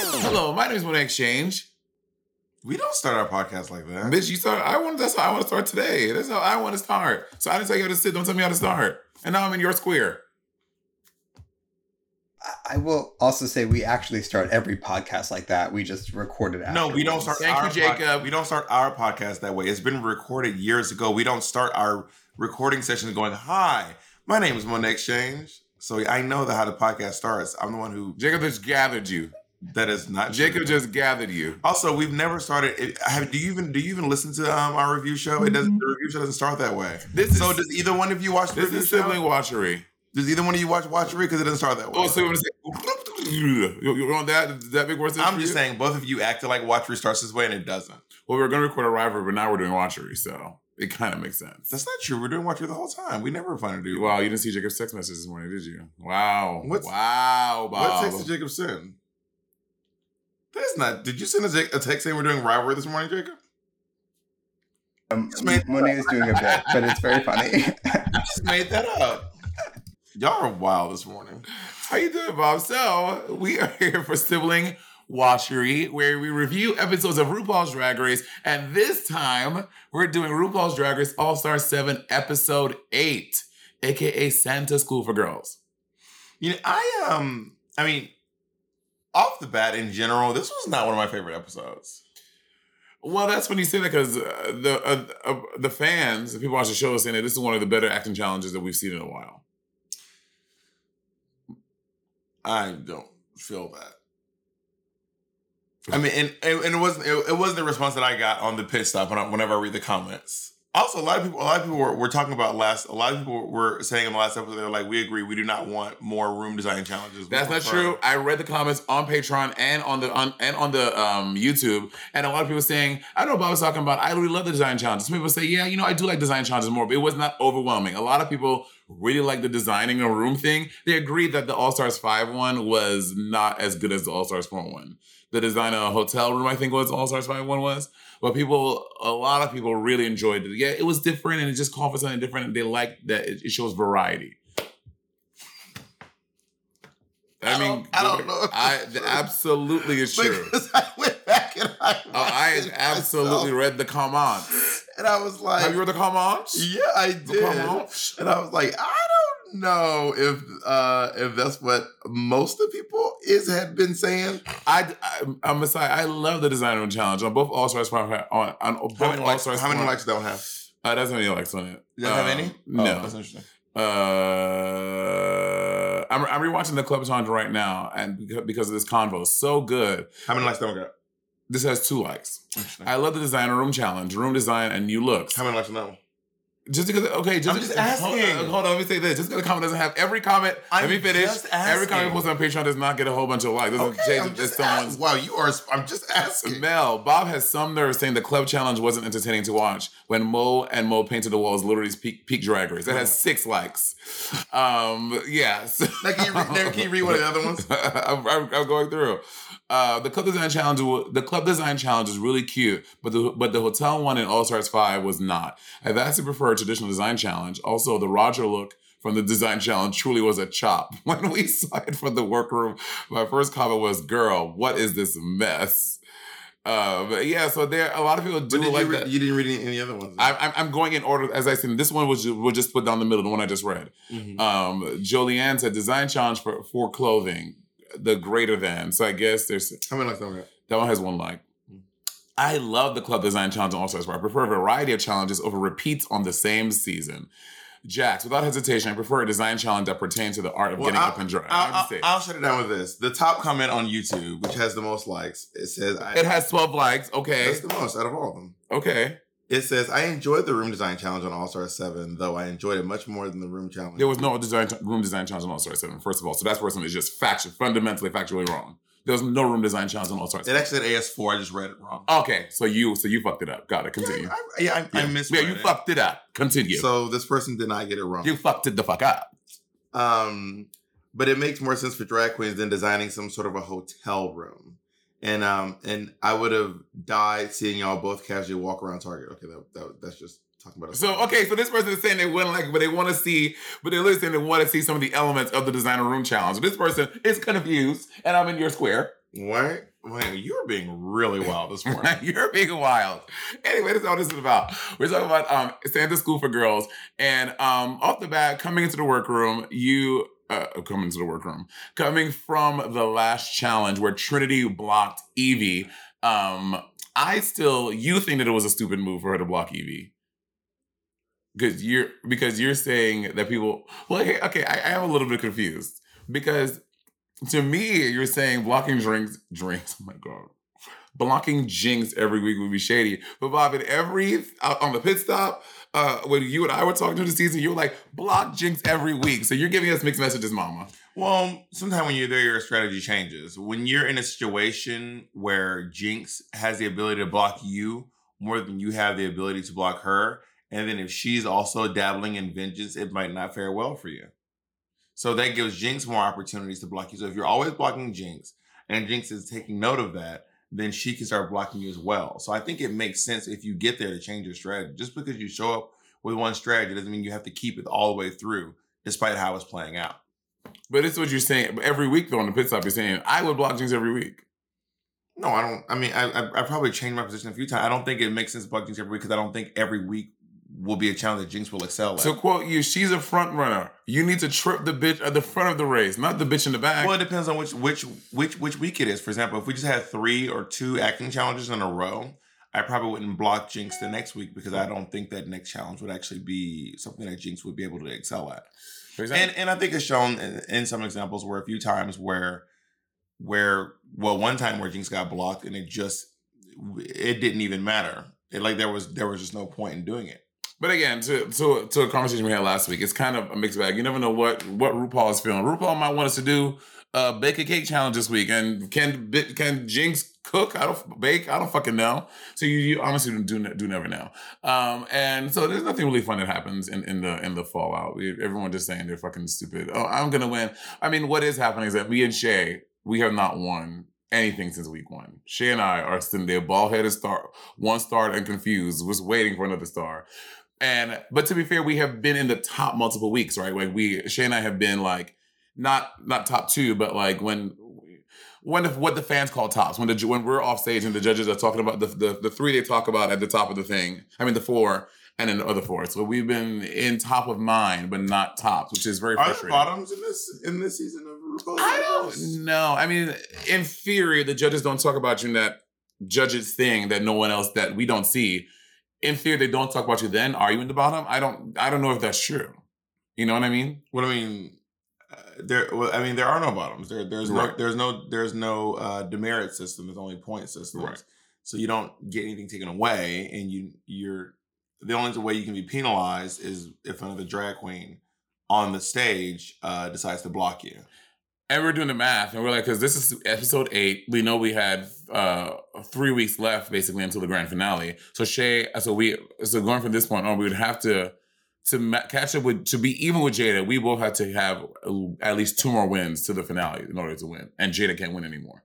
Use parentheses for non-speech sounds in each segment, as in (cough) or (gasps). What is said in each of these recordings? Hello, my name is Monet Exchange. We don't start our podcast like that. Bitch, you start. I want. That's how I want to start today. That's how I want to start. So I didn't tell you how to sit. Don't tell me how to start. And now I'm in your square. I- I will also say we actually start every podcast like that. We just record it. No, we don't start. afterwards. Thank you, our pod- Jacob. we don't start our podcast that way. It's been recorded years ago. We don't start our recording sessions going, "Hi, my name is Monet Exchange." So I know that how the podcast starts. I'm the one who Jacob just gathered you. that is not true. Jacob just gathered you. Also, we've never started. It, have, do you even do you even listen to um, our review show? It doesn't. The review show doesn't start that way. This is so does either one of you watch the this review is show? sibling watchery. does either one of you watch Watchery? Because it doesn't start that way. Oh, so you want to say you you want that? Is that big word? sense I'm for just you? saying both of you acted like Watchery starts this way, and it doesn't. Well, we were going to record a rivalry, but now we're doing watchery, so it kind of makes sense. That's not true. We're doing Watchery the whole time. We never plan to do. Wow, you didn't see Jacob's text message this morning, did you? Wow. What's- wow, What Bob. text did Jacob send? That's not. Did you send a, Jac- a text saying we're doing rivalry this morning, Jacob? (laughs) Um, Monet is doing a bit, but it's very funny. (laughs) I just made that up. Y'all are wild this morning. How you doing, Bob? So we are here for sibling watchery, where we review episodes of RuPaul's Drag Race, and this time we're doing RuPaul's Drag Race All Star Seven, Episode Eight, aka Santa School for Girls. You know, I um, I mean, off the bat in general, this was not one of my favorite episodes. Well, that's when you say that because uh, the uh, uh, the fans, the people watch the show, are saying that this is one of the better acting challenges that we've seen in a while. I don't feel that. I mean, and, and, and it wasn't it, it wasn't the response that I got on the pit stop when I, whenever I read the comments. Also, a lot of people, a lot of people were, were talking about last. A lot of people were saying in the last episode, they're like, "We agree, we do not want more room design challenges." We That's not prefer- true. I read the comments on Patreon and on the on and on the um, YouTube, and a lot of people saying, "I know Bob was talking about. I really love the design challenges." Some people say, "Yeah, you know, I do like design challenges more," but it was not overwhelming. A lot of people really like the designing a room thing. They agreed that the All Stars Five one was not as good as the All Stars Four one. The design of a hotel room, I think, was All Stars Five one was. But people, a lot of people really enjoyed it. Yeah, it was different, and it just called for something different. And they liked that it, it shows variety. I, I mean, don't- I don't know if I it's true. absolutely is true. (laughs) Because I went back and I, Oh, (laughs) I watched it absolutely myself, read the comments. and I was like, Have you read the comments? Yeah, I did. comments? And I was like, I don't know if uh if that's what most of the people is had been saying. I, I, I'm sorry. I love the design room challenge on both All Stars. On, on both How many All likes? Stars. How many likes don't have? Uh, that's how many likes on it. Does it have Um, any? No. Oh, that's interesting. Uh, I'm, I'm rewatching the Clubton right now, and beca- because of this convo, so good. How many likes don't got? This has two likes. Interesting. I love the design room challenge, room design, and new looks. How many likes on that one? Just because, okay, just, I'm just Hold, asking. uh, hold on, let me say this. Just because the comment doesn't have every comment, I'm let me finish. just Every comment asking. posted on Patreon does not get a whole bunch of likes. Doesn't Okay, change I'm if it's just someone's. asking. Wow, you are. I'm just asking. Mel, Bob has some nerve saying the club challenge wasn't entertaining to watch when Mo and Mo painted the walls literally peak, peak drag race. That has six likes. Um, yeah. So, (laughs) Now, can you read- now, can you read one of the other ones? (laughs) I'm, I'm- I'm going through. Uh, the club design challenge, wa- the club design challenge is really cute, but the but the hotel one in All Stars Five was not. I vastly prefer a traditional design challenge. Also, the Roger look from the design challenge truly was a chop. (laughs) When we saw it from the workroom, my first comment was, "Girl, what is this mess?" Uh, but yeah, so there a lot of people do But did like you, read- that. you didn't read any, any other ones. I, I'm- I'm going in order as I said. This one was ju- we'll just put down the middle, the one I just read. Mhm. Um, Jolene said design challenge for for clothing, the greater than. So I guess there's How many likes don't got? that one has one like. I love the club design challenge on All Stars, but I prefer a variety of challenges over repeats on the same season. Jax, without hesitation, I prefer a design challenge that pertains to the art of Well, getting I'll- up and dry. I'll, I'm just I'll, saying. I'll shut it down with this. The top comment on YouTube, which has the most likes, it says I, it has 12 likes. Okay. that's the most out of all of them. Okay. It says, I enjoyed the room design challenge on All Star 7, though I enjoyed it much more than the room challenge. There was no design room design challenge on All Star Seven. First of all, so that person is just factually, fundamentally, factually wrong. There was no room design challenge on All Star It Seven. actually said AS4. I just read it wrong. Okay, so you so you fucked it up. Got it. Continue. Yeah, I, yeah, I, I missed Yeah, you fucked it up. Continue. So this person did not get it wrong. you fucked it the fuck up. Um, but it makes more sense for drag queens than designing some sort of a hotel room. And um, and I would have died seeing y'all both casually walk around Target. Okay, that, that that's just talking about. So okay, so this person is saying they wouldn't like, it, but they want to see, but they're listening. They want to see some of the elements of the designer room challenge. This person is confused, and I'm in your square. What? Wait, you're being really wild this morning. (laughs) You're being wild. Anyway, that's all this is about. We're talking about um, Santa School for Girls, and um, off the bat, coming into the workroom, you uh, coming into the workroom, coming from the last challenge where Trinity blocked Evie. Um, I still, you think that it was a stupid move for her to block Evie. Because you're because you're saying that people well okay, okay I, I am a little bit confused because to me you're saying blocking drinks drinks (laughs) oh my god blocking Jinx every week would be shady. But Bob, in every out on the pit stop, uh, when you and I were talking through the season, you were like, block Jinx every week. So you're giving us mixed messages, Mama. Well, sometimes when you're there, your strategy changes. When you're in a situation where Jinx has the ability to block you more than you have the ability to block her, and then if she's also dabbling in vengeance, it might not fare well for you. So that gives Jinx more opportunities to block you. So if you're always blocking Jinx and Jinx is taking note of that, then she can start blocking you as well. So I think it makes sense if you get there to change your strategy. Just because you show up with one strategy doesn't mean you have to keep it all the way through, despite how it's playing out. But it's what you're saying. But Every week though on the pit stop, you're saying, I would block Jinx every week. No, I don't. I mean, I, I, I probably changed my position a few times. I don't think it makes sense to block Jinx every week because I don't think every week will be a challenge that Jinx will excel at. So quote you, she's a front runner. You need to trip the bitch at the front of the race, not the bitch in the back. well, it depends on which which which which week it is. For example, if we just had three or two acting challenges in a row, I probably wouldn't block Jinx the next week because I don't think that next challenge would actually be something that Jinx would be able to excel at. For example- and and I think it's shown in, in some examples where a few times where where well one time where Jinx got blocked and it just it didn't even matter. It, like there was there was just no point in doing it. But again, to, to to a conversation we had last week, it's kind of a mixed bag. You never know what what RuPaul is feeling. RuPaul might want us to do a uh, bake a cake challenge this week, and can bi- can Jinx cook? I don't bake. I don't fucking know. So you, you honestly do do never know. Um, and so there's nothing really fun that happens in, in the in the fallout. We, everyone just saying they're fucking stupid. Oh, I'm gonna win. I mean, what is happening is that me and Shay we have not won anything since week one. Shay and I are sitting there, bald headed star, one star and confused, was waiting for another star. And but to be fair, we have been in the top multiple weeks, right? Like we Shay and I have been like not not top two, but like when when if what the fans call tops, when the ju- when we're off stage and the judges are talking about the, the the three they talk about at the top of the thing, I mean the four and then the other four. So we've been in top of mind, but not tops, which is very Are there frustrating. bottoms in this in this season of RuPaul's? I don't know. Oh, I mean, in theory, the judges don't talk about you in that judges thing that no one else that we don't see. In theory, they don't talk about you. Then are you in the bottom? I don't. I don't know if that's true. You know what I mean? What I mean, uh, there. Well, I mean, there are no bottoms. There, there's no, Right. there's no, there's no uh, demerit system. There's only point systems. Right. So you don't get anything taken away, and you, you're the only way you can be penalized is if another drag queen on the stage uh, decides to block you. And we're doing the math, and we're like, because this is episode eight. We know we had uh three weeks left basically until the grand finale. So Shay, so we, so going from this point on, we would have to to ma- catch up with to be even with Jada. We both had to have uh, at least two more wins to the finale in order to win, and Jada can't win anymore.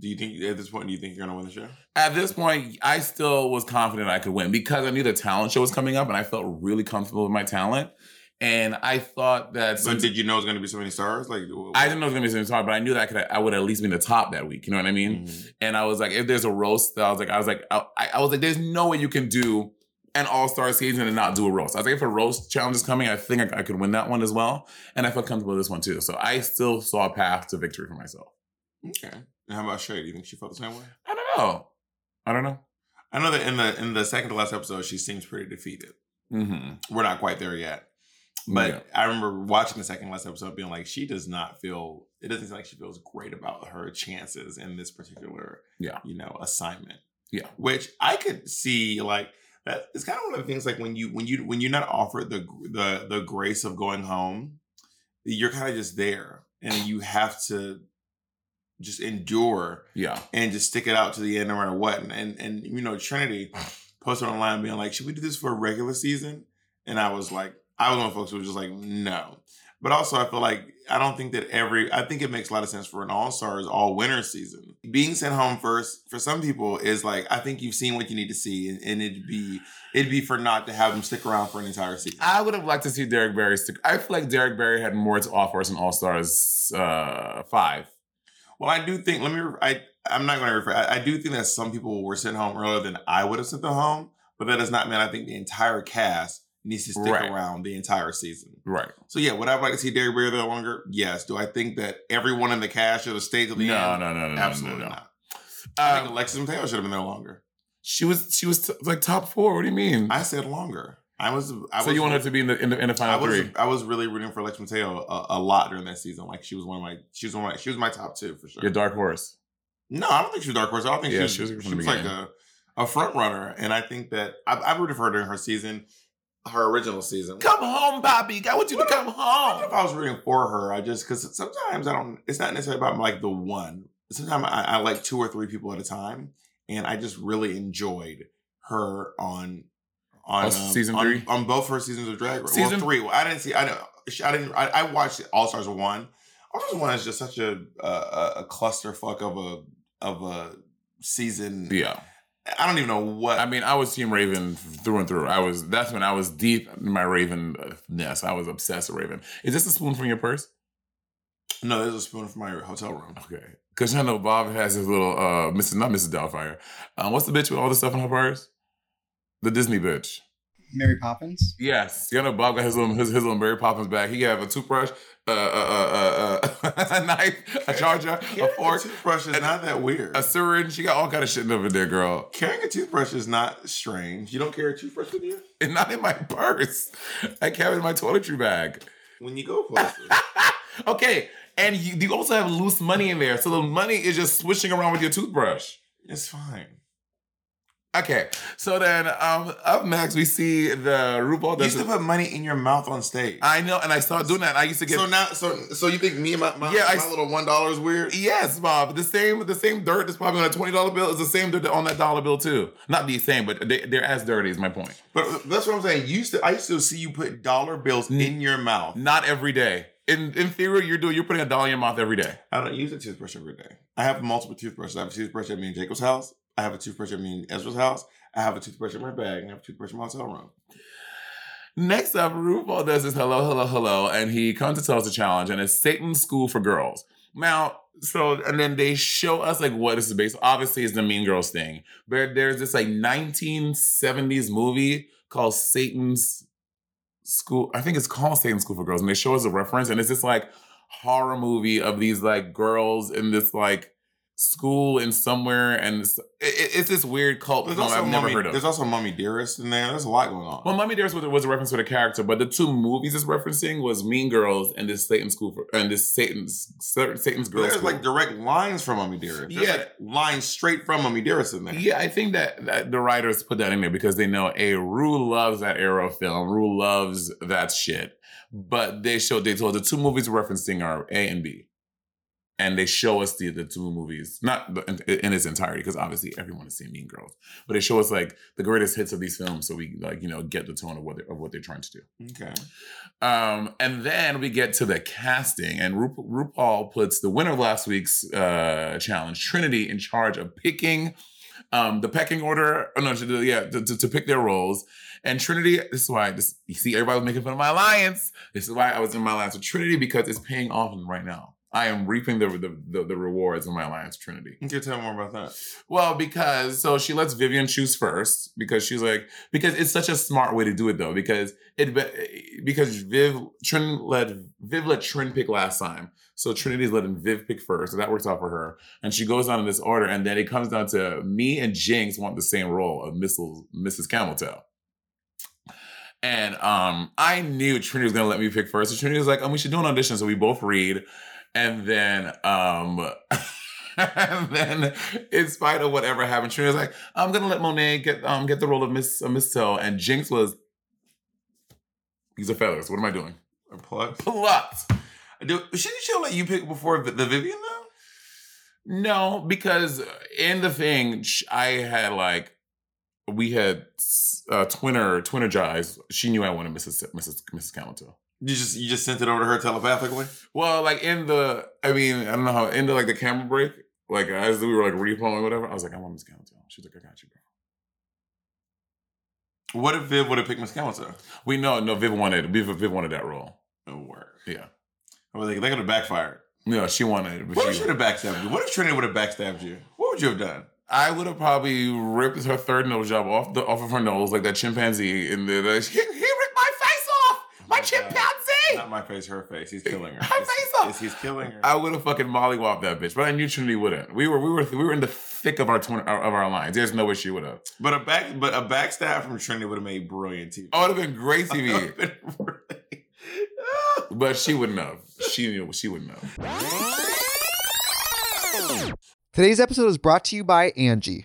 Do you think at this point? Do you think you're gonna win the show? at this point, I still was confident I could win because I knew the talent show was coming up and I felt really comfortable with my talent. And I thought that So did you know it was gonna be so many stars? Like wh- I didn't know it was gonna be something hard, but I knew that I could I would at least be in the top that week. You know what I mean? Mhm. And I was like, if there's a roast, I was like, I was like, I, I was like, there's no way you can do an all star season and not do a roast. I was like, if a roast challenge is coming, I think I, I could win that one as well. And I felt comfortable with this one too. So I still saw a path to victory for myself. Okay. And how about Shay? Do you think she felt the same way? I don't know. I don't know. I know that in the in the second to last episode, she seems pretty defeated. Mm-hmm. we're not quite there yet. But Yeah. I remember watching the second last episode being like, she does not feel it doesn't seem like she feels great about her chances in this particular Yeah. you know, assignment. Yeah. Which I could see like that it's kind of one of the things like when you when you when you're not offered the the the grace of going home, you're kind of just there, and you have to just endure Yeah. and just stick it out to the end no matter what. And and, and you know, Trinity posted online being like, should we do this for a regular season? And I was like, I was one of the folks who was just like, no. But also I feel like I don't think that every I think it makes a lot of sense for an all-stars all winter season. Being sent home first for some people is like, I think you've seen what you need to see and, and it'd be it'd be for not to have them stick around for an entire season. I would have liked to see Derek Barry stick. I feel like Derek Barry had more to offer as an All Stars uh, five. Well, I do think. Let me. I I'm not going to refer. I, I do think that some people were sent home earlier than I would have sent them home, but that does not mean I think the entire cast needs to stick Right. around the entire season. Right. So yeah, would I like to see Derek Bear there longer? Yes. Do I think that everyone in the cast should have stayed till the No, end? no, no, no, absolutely no, no, no. not. I think Um, Alexis Mateo should have been there longer. She was she was t- like top four. What do you mean? I said longer. I was. I so was, you want her to be in the in the, in the I final was. three? I was really rooting for Alexis Mateo a, a lot during that season. Like she was one of my. She was one. Of my, she was my top two for sure. Your dark horse. No, I don't think she was a dark horse. I don't think Yeah, she was. She was, from the like beginning. a, a front runner, and I think that I, I rooted for her during her season, her original season. Come home, Bobby. I want you to come I don't know home. if I was rooting for her. I just because sometimes I don't. It's not necessarily about like the one. Sometimes I, I like two or three people at a time, and I just really enjoyed her on on Oh, um, season on- three? on, both her seasons of Drag Race. Season- well, three. Well, I didn't see. I don't. she- I didn't. I, I watched All Stars one. All Stars one is just such a a, a- a clusterfuck of a of a season. Yeah. I don't even know what. I mean, I was Team Raven through and through. I was that's when I was deep in my Raven nest. I was obsessed with Raven. Is this a spoon from your purse? no, there's a spoon from my hotel room. Okay, because I know Bob has his little uh, Mrs. Not Mrs. Doubtfire. Uh, what's the bitch with all the stuff in her purse? The Disney bitch. Mary Poppins. Yes, you know Bob got his little his, his little Mary Poppins bag. He have a toothbrush, uh, uh, uh, uh, (laughs) a knife, a charger, a Or fork, toothbrush is not that weird. a syringe. She got all kind of shit over there, girl. Carrying a toothbrush is not strange. You don't carry a toothbrush with you And not in my (laughs) purse. I carry it in my toiletry bag. when you (laughs) go places. okay, and you, you also have loose money in there, so the money is just swishing around with your toothbrush. it's fine. Okay, so then um, up next we see the RuPaul. You used Does to put money in your mouth on stage. I know, and I started doing that. And I used to get so now, so so you think me and my my, Yeah, I- my little one dollar is weird? yes, Bob. The same, the same dirt that's probably on a twenty dollar bill is the same dirt on that dollar bill too. Not the same, but they, they're as dirty. Is my point. But that's what I'm saying. You used to I used to see you put dollar bills Mm. in your mouth. Not every day. In in theory, you're doing you're putting a dollar in your mouth every day. I don't use a toothbrush every day. I have multiple toothbrushes. I have a toothbrush at me and Jacob's house. I have a toothbrush at me and Ezra's house. I have a toothbrush in my bag. And I have a toothbrush in my hotel room. Next up, RuPaul does this hello, hello, hello, and he comes and tells the challenge, and it's Satan's School for Girls. Now, so and then they show us like what this is based. Obviously, it's the Mean Girls thing, but there's this like 1970s movie called Satan's School. I think it's called Satan's School for Girls, and they show us a reference, and it's this like horror movie of these like girls in this like school and somewhere, and it's, it- it's this weird cult There's film also I've never Mommy- heard of. There's also Mummy Dearest in there. There's a lot going on. Well, Mommy Dearest was, was a reference to the character, but the two movies it's referencing was Mean Girls and this Satan School for, and this Satan's Satan's But Girls. there's School. like direct lines from Mummy Dearest. There's Yeah. like lines straight from Mummy Dearest in there. yeah, I think that, that the writers put that in there because they know a Rue loves that era of film. Rue loves that shit. But they showed they told the two movies we're referencing are A and B, and they show us the the two movies not the, in, in its entirety because obviously everyone has seen Mean Girls, but they show us like the greatest hits of these films, so we like you know get the tone of what they, of what they're trying to do. Okay. Um, and then we get to the casting, and Ru- RuPaul puts the winner of last week's uh, challenge, Trinity, in charge of picking um, the pecking order. Oh, no, to, do- yeah, to, to, to pick their roles. And Trinity, this is why this, you see everybody was making fun of my alliance. This is why I was in my alliance with Trinity because it's paying off right now. I am reaping the the, the, the rewards of my alliance with Trinity. You can tell me more about that. Well, because so she lets Vivian choose first because she's like because it's such a smart way to do it though because it be- because Viv Trin let Viv let Trin pick last time so Trinity's letting Viv pick first so that works out for her and she goes on in this order and then it comes down to me and Jinx want the same role of Mrs. Mrs. Cameltail. And um, I knew Trinity was "Oh, gonna let me pick first. So Trinity was like, "Um, (laughs) we should do an audition." So we both read, and then um, and then, in spite of whatever happened, Trina was like, "I'm gonna let Monet get um get the role of Miss uh, Miss Till," and Jinx was, "These are feathers. What am I doing? Or plugs. Plucked." Do, shouldn't she let you pick before the, the Vivian though? No, because uh, in the thing, sh- I had like, we had uh, twinner twinnergized. She knew I wanted Mrs. Mrs. Mrs. Calento. You just you just sent it over to her telepathically. Well, like in the, I mean, I don't know how in the like the camera break, like as we were like repoing whatever, I was like, I want Miss Calento. She's like, I got you, bro. What if Viv would have picked Miss Calento? We know, no, Viv wanted Viv, Viv wanted that role. No work. Yeah, I was like, they could have backfired. no, she wanted. it, But What if she- she would have backstabbed you? What if Trinity would have backstabbed you? What would you have done? I would have probably ripped her third nose job off the off of her nose like that chimpanzee in the. the (laughs) he, he ripped my face off, my Oh God. chimpanzee. Not my face, her face. He's killing her. Her It's- face off. it's- He's killing her. I would have fucking mollywopped that bitch, but I knew Trinity wouldn't. We were we were we were in the thick of our twin, of our lines. There's no way she would have. But a back, but a backstab from Trinity would have made brilliant TV. Oh, it would have been great TV, TV. but she wouldn't have. She knew she wouldn't have. Today's episode is brought to you by Angie.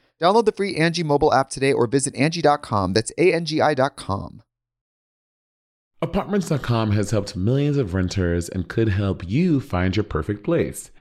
Download the free Angie mobile app today or visit Angie.com. That's A-N-G-I dot com. Apartments.com has helped millions of renters and could help you find your perfect place.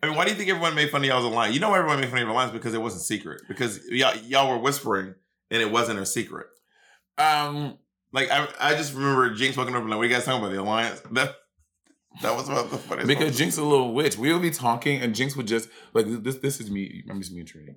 I mean, why do you think everyone made fun of y'all's line? You know, why everyone made fun of your lines because it wasn't secret. Because y'all, y'all were whispering, and it wasn't a secret. Um, Like I, I just remember Jinx walking over and like, "What are you guys talking about? The alliance?" (laughs) That, that was about the funniest. because part. Jinx is a little witch. We would be talking, and Jinx would just like this. This is me. I'm just me and Trini.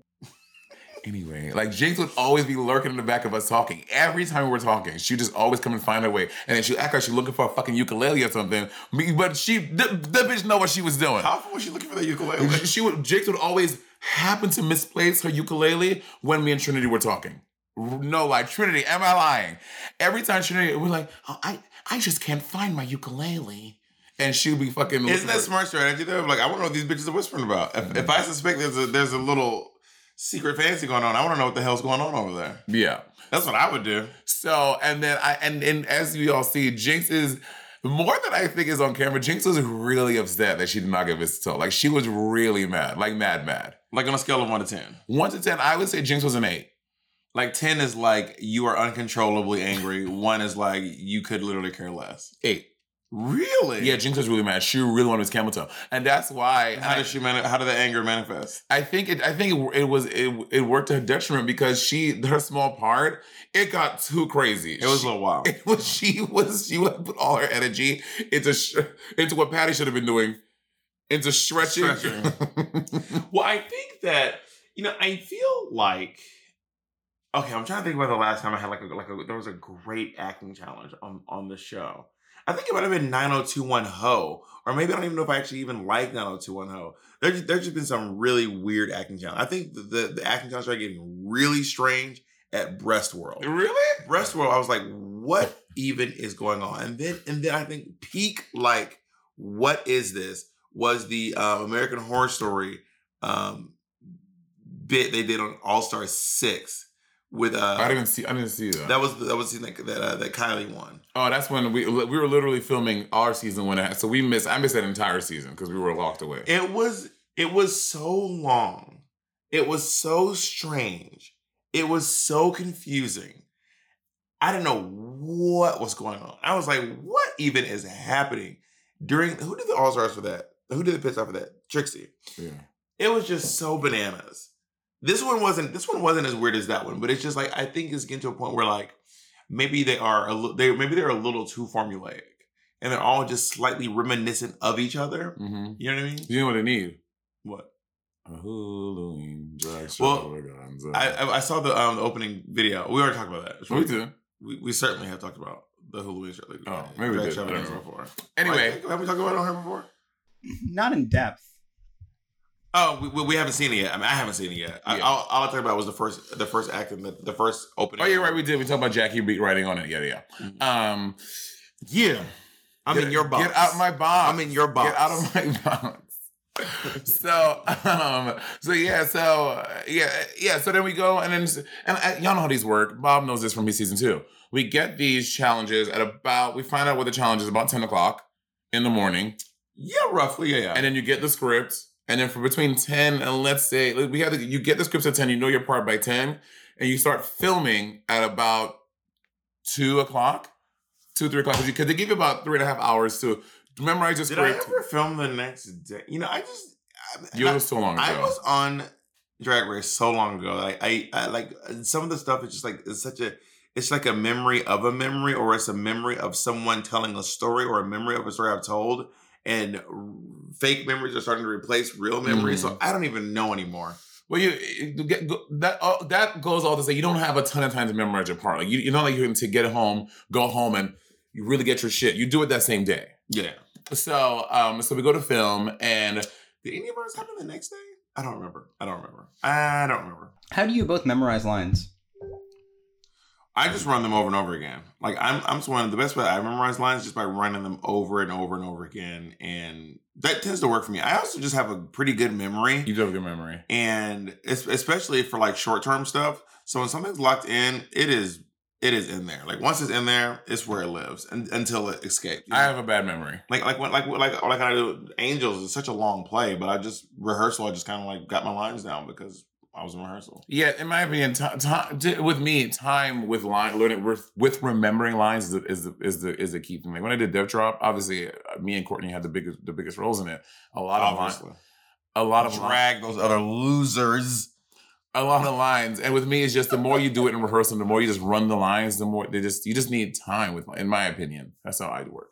Anyway, like Jinx would always be lurking in the back of us talking. Every time we were talking, she would just always come and find her way, and then she would act like she's looking for a fucking ukulele or something. Me- But she, the, the bitch, know what she was doing. how often was she looking for that ukulele? And she- she would Jinx would always happen to misplace her ukulele when me and Trinity were talking. R- No lie, Trinity, am I lying? Every time Trinity, we're like, oh, I I just can't find my ukulele, and she'd be fucking. Isn't that looking for it. smart strategy though? Like I want to know what these bitches are whispering about. If, if I suspect there's a there's a little secret fancy going on, I want to know what the hell's going on over there. Yeah. That's what I would do. So and then I and and as you all see, Jinx is more than I think is on camera. Jinx was really upset that she did not get Miss Till. Like she was really mad, like mad, mad. Like on a scale of one to ten. One to ten, I would say Jinx was an eight. Like ten is like you are uncontrollably angry. one is like you could literally care less. Eight. Really? Yeah, Jinx was really mad. She really wanted his camel toe, and that's why. How does she mani- How did the anger manifest? I think it. I think it, it was it, it worked to her detriment because she her small part it got too crazy. It was She- a little wild. (laughs) it was she was she would put all her energy into sh- into what Patty should have been doing into stretching. Stretching. (laughs) Well, I think that you know, I feel like okay. I'm trying to think about the last time I had like a, like a, there was a great acting challenge on on the show. I think it might have been 90210 Ho, or maybe I don't even know if I actually even like 90210 Ho. There's there's just been some really weird acting challenge. I think the the, the acting challenge started getting really strange at Breast (laughs) World. really? Breast World, I was like, what even is going on? And then and then I think peak like, what is this? Was the um, American Horror Story um, bit they did on All Star Six with I uh didn't see. I didn't see that. that was that was the scene that that, uh, that Kylie won. oh, that's when we we were literally filming our season when it, so we missed. I missed that entire season because we were locked away. It was it was so long. It was so strange. It was so confusing. I didn't know what was going on. I was like, what even is happening during who did the All Stars for that? Who did the pit stop for that? Trixie. yeah. It was just so bananas. This one wasn't this one wasn't as weird as that one, but it's just like I think it's getting to a point where like maybe they are a li- they maybe they're a little too formulaic and they're all just slightly reminiscent of each other. Mm-hmm. You know what I mean? You know what they need? What? A Halloween drag extravaganza. I, I I saw the um the opening video. We already talked about that. It's we probably- do. We, we certainly have talked about the Hulu show. Like, Oh, maybe we Drag did. I don't extravaganza know. before. Anyway, Like, have we talked about it on here before? Not in depth. Oh, we, we, we haven't seen it yet. I mean, I haven't seen it yet. I, Yeah. all, all I talked about was the first the first act and the, the first opening. oh, you're right. We did. We talked about Jackie beat writing on it. Yeah, yeah. Mhm. Um, yeah. I'm Get- in your box. Get out my box. I'm in your box. Get out of my box. so um so yeah so uh, yeah yeah so then we go and then and uh, y'all know how these work bob knows this from his season two we get these challenges at about we find out what the challenge is about 10 o'clock in the morning Yeah, roughly. Yeah, yeah. and then you get the script and then for between 10 and let's say like, we have the, you get the scripts at 10 you know your part by 10 and you start filming at about 2 o'clock 2 3 o'clock because they give you about three and a half hours to memorize your did I script ever film the next day? You know, I just I, you it was so long ago I was on Drag Race so long ago. Like I, I like some of the stuff is just like it's such a it's like a memory of a memory, or it's a memory of someone telling a story, or a memory of a story I've told, and r- fake memories are starting to replace real memories. So I don't even know anymore. Well, you, you get go, that all that goes all to say you don't have a ton of time to memorize your part. Like you, you're not like you can to get home, go home, and you really get your shit. You do it that same day. Yeah. So, um, so we go to film, and Did any of ours happen the next day? I don't remember. I don't remember. I don't remember. How do you both memorize lines? I just run them over and over again. Like I'm, I'm just one of the best way I memorize lines just by running them over and over and over again, and that tends to work for me. I also just have a pretty good memory. you do have a good memory. and es- especially for like short term stuff. So when something's locked in, it is it is in there. Like once it's in there, it's where it lives and, until it escapes. I have a bad memory. like like when, like like like I do Angels is such a long play, but I just rehearsal. I just kind of like got my lines down because I was in rehearsal. Yeah, in my opinion, ti- ti- di- with me, time with line learning with, with remembering lines is the, is the is the is the key thing. Like when I did Dev Drop, obviously, uh, me and Courtney had the biggest the biggest roles in it. A lot of lines, Obviously, a lot of lines. drag those other losers. a lot of lines. And with me, it's just the more you do it in rehearsal, the more you just run the lines, the more they just you just need time. With in my opinion, that's how I'd work.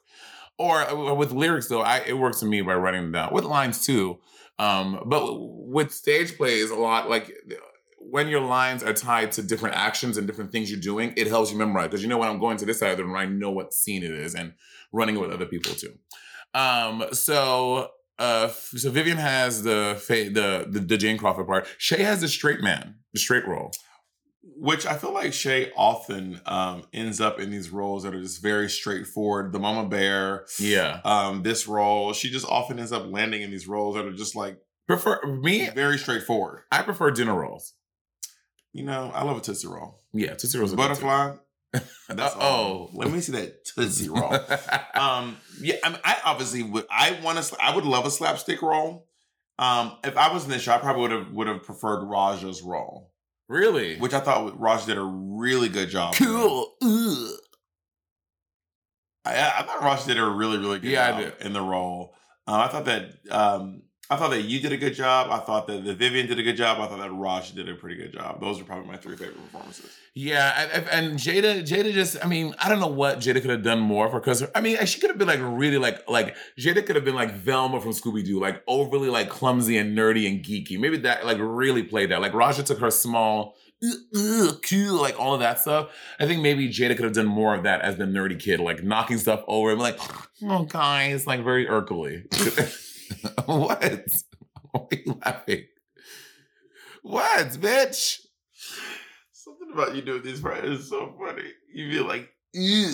Or uh, with lyrics though, I, it works for me by writing them down with lines too. Um, but with stage plays, a lot like when your lines are tied to different actions and different things you're doing, it helps you memorize because you know when I'm going to this side of the room, I know what scene it is and running it with other people too. Um, so uh, f- so Vivian has the, fa- the the the Jane Crawford part. Shay has the straight man, the straight role. Which I feel like Shay often um, ends up in these roles that are just very straightforward. The mama bear, Yeah, um, this role. She just often ends up landing in these roles that are just like prefer me. very straightforward. I prefer dinner roles. You know, I love a Tootsie Roll. Yeah, Tootsie Rolls. are good, too. (laughs) Butterfly. That's Uh-oh. all. Let me see that (laughs) Tootsie (laughs) Roll. um, yeah, I, mean, I obviously would. I want to. I would love a slapstick roll. Um, if I was in this show, I probably would have would have preferred Raja's role, really? which I thought Raja did a really good job. with. cool. Ugh. I, I thought Ross did a really, really good Yeah, I job in the role. Um, I thought that um, I thought that you did a good job. I thought that, that Vivian did a good job. I thought that Ross did a pretty good job. Those are probably my three favorite performances. Yeah, and, and- and Jada, Jada just, I mean, I don't know what Jada could have done more for, cause I mean, she could have been like really like, like Jada could have been like Velma from Scooby Doo, like overly like clumsy and nerdy and geeky. Maybe that like really played that. Like Raja took her small, (clears throat) "Ugh, ugh, cute, like all of that stuff. I think maybe Jada could have done more of that as the nerdy kid, like knocking stuff over and be like, oh guys, like very Urkelly. (laughs) what? Why are you laughing? What, bitch? Something about you doing these right is so funny. You feel like (laughs) "Ew."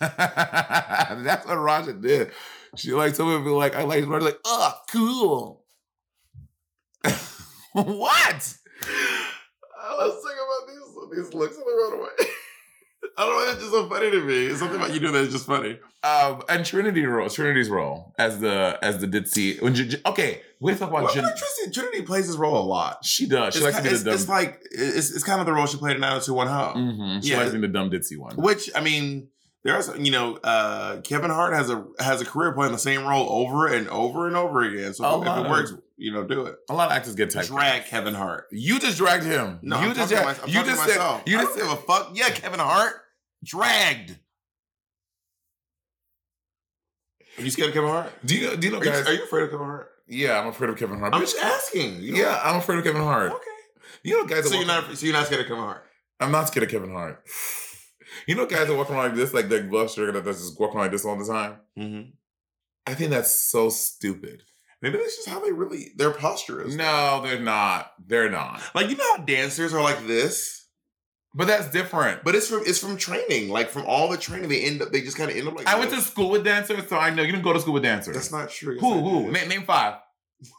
That's what Raja did. She like some people like I like Raja like oh "Ah, (laughs) cool. what? I was thinking about these these looks on the roadway. (laughs) I don't know. It's just so funny to me. It's something about you doing that is just funny. Um, and Trinity role, Trinity's role as the as the ditzy. When J- J- okay, we have to talk about Well, Jen. Trinity, Trinity plays his role a lot. She does. She it's, likes ki- to be it's, the dumb. it's like it's, it's kind of the role she played in 90210. Mhm, She Yeah. likes being the dumb ditzy one. Which I mean, there's you know, uh, Kevin Hart has a has a career playing the same role over and over and over again. So A if, lot it of- works, you know, do it. A lot of actors get typecast. Drag Kevin Hart. You just dragged him. No, you I'm just talking to dragged- my- I'm you talking to just said- myself. you I just don't said give a fuck. Yeah, Kevin Hart dragged. Are you scared of Kevin Hart? do you know do you know Are you, guys? are you afraid of Kevin Hart? yeah, I'm afraid of Kevin Hart. I'm just asking. You know? yeah, I'm afraid of Kevin Hart. Okay. You know guys. that So walk- you're not so you're not scared of Kevin Hart. I'm not scared of Kevin Hart. (sighs) You know, guys that walk around like this, like their gloves sugar that that's just walking like this all the time. Mm-hmm. I think that's so stupid. Maybe that's just how they really their posture is. No, they're not. They're not. Like you know how dancers are like this. But that's different. But But it's from it's from training. Like from all the training, they end up they just kind of end up like. I went to school with dancers, so I know you didn't go to school with dancers. That's not true. Yes, who? I Who? did. Name, name five.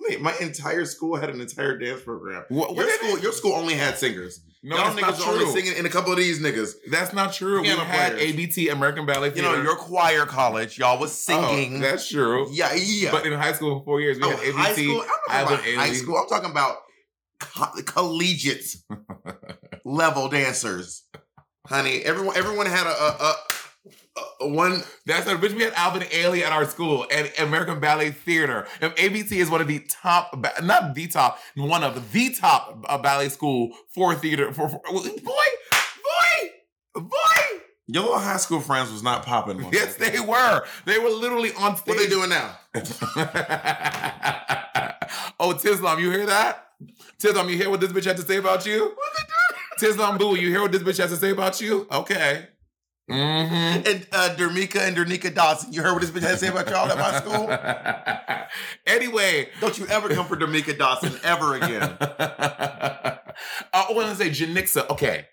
Wait, my entire school had an entire dance program. What, Your school, your school only had singers. No, Y'all that's not niggas are only true. singing in a couple of these niggas. That's not true. We Piano had players. ABT American Ballet. You know, Theater. your choir college, y'all was Oh, singing. that's true. yeah, yeah. But in high school for four years, we Oh, had ABT. high school. I'm not I talking was about an high alien. school. I'm talking about co- collegiate level dancers, honey. Everyone, everyone had a, a, a, a one. That's not bitch. We had Alvin Ailey at our school and American Ballet Theater. And ABT is one of the top, ba- not the top, one of the top uh, ballet school for theater. For, for boy, boy, boy. Your little high school friends was not popping. Yes, they were. They were literally on stage. What they doing now? (laughs) oh, Tislam, you hear that? Tislam, you hear what this bitch had to say about you? What they doing? Tislam Boo, you hear what this bitch has to say about you? Okay. Mm-hmm. And uh, Dermika and Dernika Dawson. You heard what this bitch had to say about y'all at my school? (laughs) (laughs) anyway. (laughs) Uh, Don't you ever come for Dermika Dawson ever again. oh, I want to say Janixa. Okay.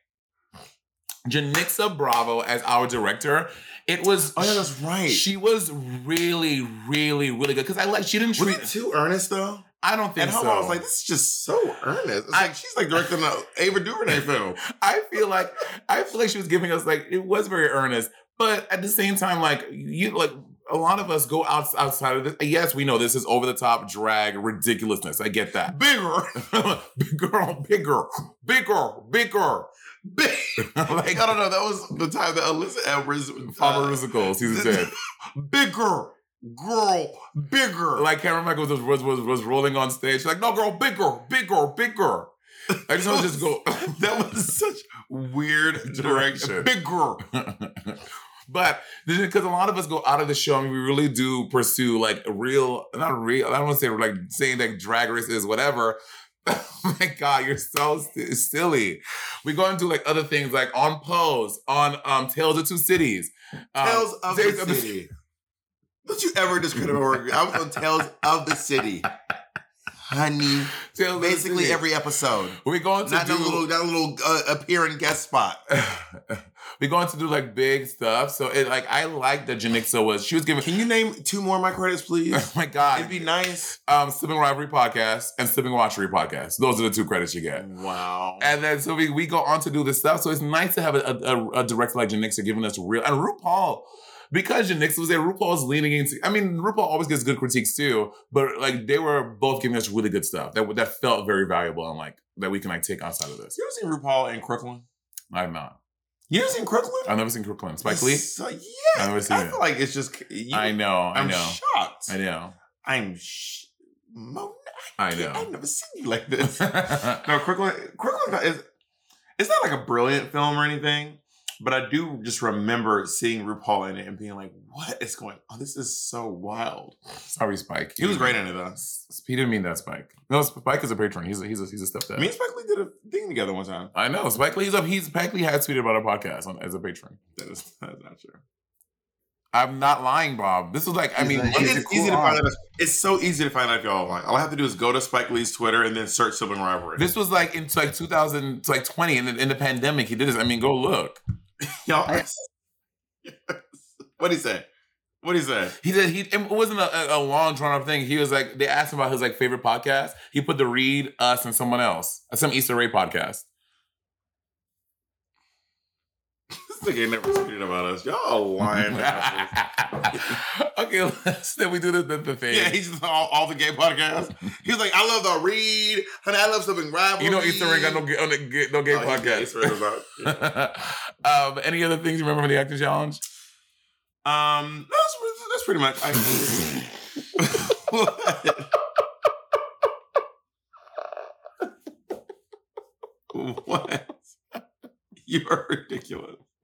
Janixa Bravo as our director. It was. Oh yeah, that's right. She was really, really, really good. Because I like, she didn't was treat. it too earnest though? I don't think And how so. I was like, this is just so earnest. It's I- like she's like directing an Ava DuVernay film. (laughs) I feel like I feel like she was giving us like it was very earnest, but at the same time, like you like a lot of us go outs outside of this. Yes, we know this is over the top drag ridiculousness. I get that. Bigger, (laughs) bigger, bigger, bigger, bigger, big. (laughs) like Like, I don't know. That was the time that Alyssa Edwards, Farmer uh, Musical (laughs) season ten. bigger girl, bigger. Like Cameron Michaels was was, was was rolling on stage. She's like, no, girl, bigger, bigger, bigger. I just want to just go. (laughs) that was such (laughs) weird Direction. direction. (laughs) Bigger. but because a lot of us go out of the show, I mean, we really do pursue like real, not real. I don't want to say like saying that Drag Race is whatever. (laughs) oh my God, you're so si- silly. We go into like other things like on Pose, on um Tales of Two Cities, um, uh, Tales of Tales the City. Don't you ever discredit Oregon. I was on Tales of the (laughs) City. Honey. Tales of the Basically City. every episode. we're going to Not do a little, not a little uh, appear and guest spot. (sighs) we're going to do like big stuff. So it like I like that Janixa was she was giving. Can you name two more of my credits, please? (laughs) Oh my God, It'd be nice. um, Sipping Rivalry podcast and Sipping Watchery podcast. Those are the two credits you get. Wow. And then so we, we go on to do this stuff. So it's nice to have a, a, a director like Janixa giving us real and RuPaul. Because Janixa was there, RuPaul's leaning into I mean, RuPaul always gets good critiques too, but like they were both giving us really good stuff that that felt very valuable and like that we can like take outside of this. You ever seen RuPaul in Crooklyn? I'm not. You never seen Crooklyn? I've never seen Crooklyn. Uh, Spike Lee. So, yeah, I've I, never seen feel it. like it's just. You, I know. I I'm know. shocked. I know. I'm sh- Mona. I I know. have never seen you like (laughs) this. no, Crooklyn. Crooklyn is. It's not like a brilliant film or anything, but I do just remember seeing RuPaul in it and being like, "What is going on? This is so wild." Sorry, Spike. He was great in it though. He didn't mean that, Spike. No, Spike is a patron. He's a, he's a, he's a stepdad. Me and Spike Lee did a thing together one time. I know. Spike Lee's up. He's Spike Lee had tweeted about our podcast on, as a patron. That is, that's not true. I'm not lying, Bob. This is like, I He's mean, like- what It He's is- a is cool easy to aunt. find out. It's so easy to find out if y'all online. All I have to do is go to Spike Lee's Twitter and then search sibling rivalry. this was like in like 2000, it's like 20 in the, in the pandemic. He did this. I mean, go look. y'all. I- (laughs) What he say? What he say? He did. He it wasn't a, a a long drawn up thing. He was like, they asked him about his like favorite podcast. He put the Reed, us, and someone else, uh, some Easter Ray podcast. This nigga ain't never tweeted about us. Y'all lying. (laughs) assholes. okay, let's, then we do the, the, the thing. yeah, he's just on all, all the gay podcasts. He was like, I love the read, honey. I love something rivalry. you know, Easter Ray got no, ga- on the ga- no gay Oh, he's gay. Easter podcast. (laughs) Egg was out. Yeah. um, any other things you remember from the acting challenge? Um, that's that's pretty much. I, what? (laughs) what? (laughs) You are ridiculous.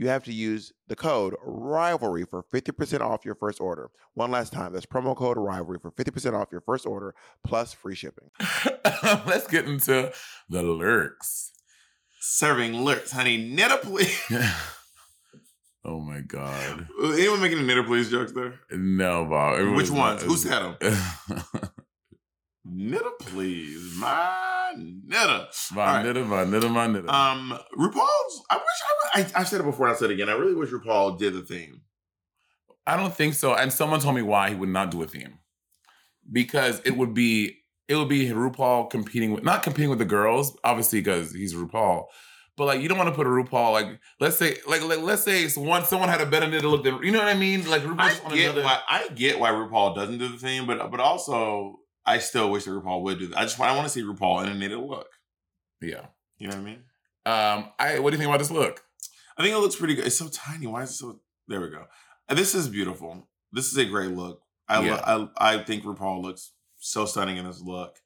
you have to use the code rivalry for 50% off your first order. One last time, that's promo code rivalry for 50% off your first order plus free shipping. (laughs) Let's get into the lurks. (laughs) Serving lurks, honey. Netta, please. oh my God. Anyone making the Netta, please jokes there? No, Bob. Which Everybody's- ones? Who said them? (laughs) Von Netta, please. My Netta. All right. Nitta, Von Nitta, Von Nitta. Um, RuPaul's. I wish I, I. I said it before. and I said it again. I really wish RuPaul did the theme. I don't think so. And someone told me why he would not do a theme. Because it would be it would be RuPaul competing with not competing with the girls, obviously because he's RuPaul. But like you don't want to put a RuPaul like let's say like, like let's say it's one someone had a better Nitta look than you know what I mean? Like RuPaul I just on get another why. I get why RuPaul doesn't do the theme, but but also I still wish that RuPaul would do that. I just want. I want to see RuPaul in a knitted look. Yeah. You know what I mean? Um I what do you think about this look? I think it looks pretty good. It's so tiny. Why is it so? There we go. Uh, This is beautiful. This is a great look. I Yeah. lo- I I think RuPaul looks so stunning in this look.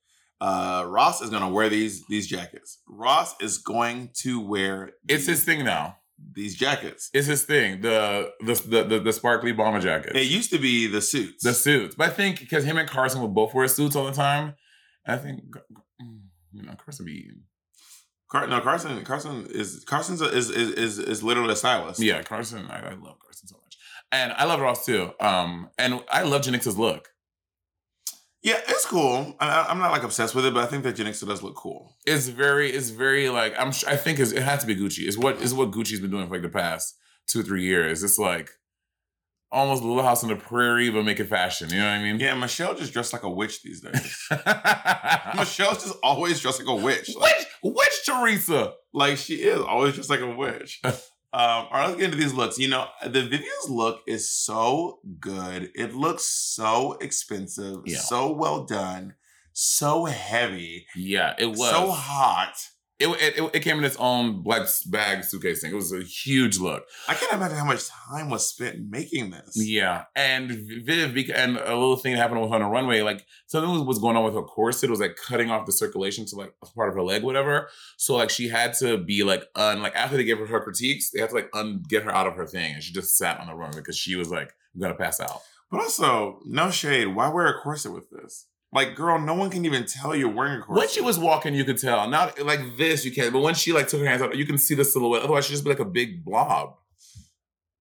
Uh, Ross is gonna wear these these jackets. Ross is going to wear It's these- his thing now. these jackets. It's his thing. The the the the, the sparkly bomber jacket. It used to be the suits. The suits. But I think because him and Carson would both wear suits all the time, I think mm, you know Carson be Car- no, Carson. Carson is Carson's a, is, is is is literally a stylist. yeah Carson. I, I love Carson so much, and I love Ross too. Um, and I love Janix's look. yeah, it's cool. I- I, I'm not like obsessed with it, but I think that Janixa does look cool. It's very it's very like I'm su- I think it's, it has to be Gucci. Is what is what Gucci's been doing for like the past two three years. It's like almost Little House on the Prairie, but make it fashion. You know what I mean? Yeah, Michelle just dressed like a witch (laughs) these days. (laughs) Yeah. Michelle's just always dressed like a witch. Like, which which Teresa? like she is always just like a witch. Um, all right, let's get into these looks. You know, the Vivian's look is so good. It looks so expensive, Yeah. so well done, so heavy, (laughs) Yeah, it was so hot. It, it, it, it came in its own black s- bag suitcase thing. It was a huge look. I can't imagine how much time was spent making this. Yeah, and Viv bec- and a little thing that happened with her on the runway, like something was, was going on with her corset. It was like cutting off the circulation to like a part of her leg, whatever. So like she had to be like un like after they gave her her critiques, they had to like un get her out of her thing, and she just sat on the runway because she was like I'm gonna pass out. But also, no shade. Why wear a corset with this? Like, girl, no one can even tell you're wearing a corset. When she was walking, you could tell. Not like this, you can't. But when she like took her hands out, you can see the silhouette. Otherwise, she'd just be like a big blob.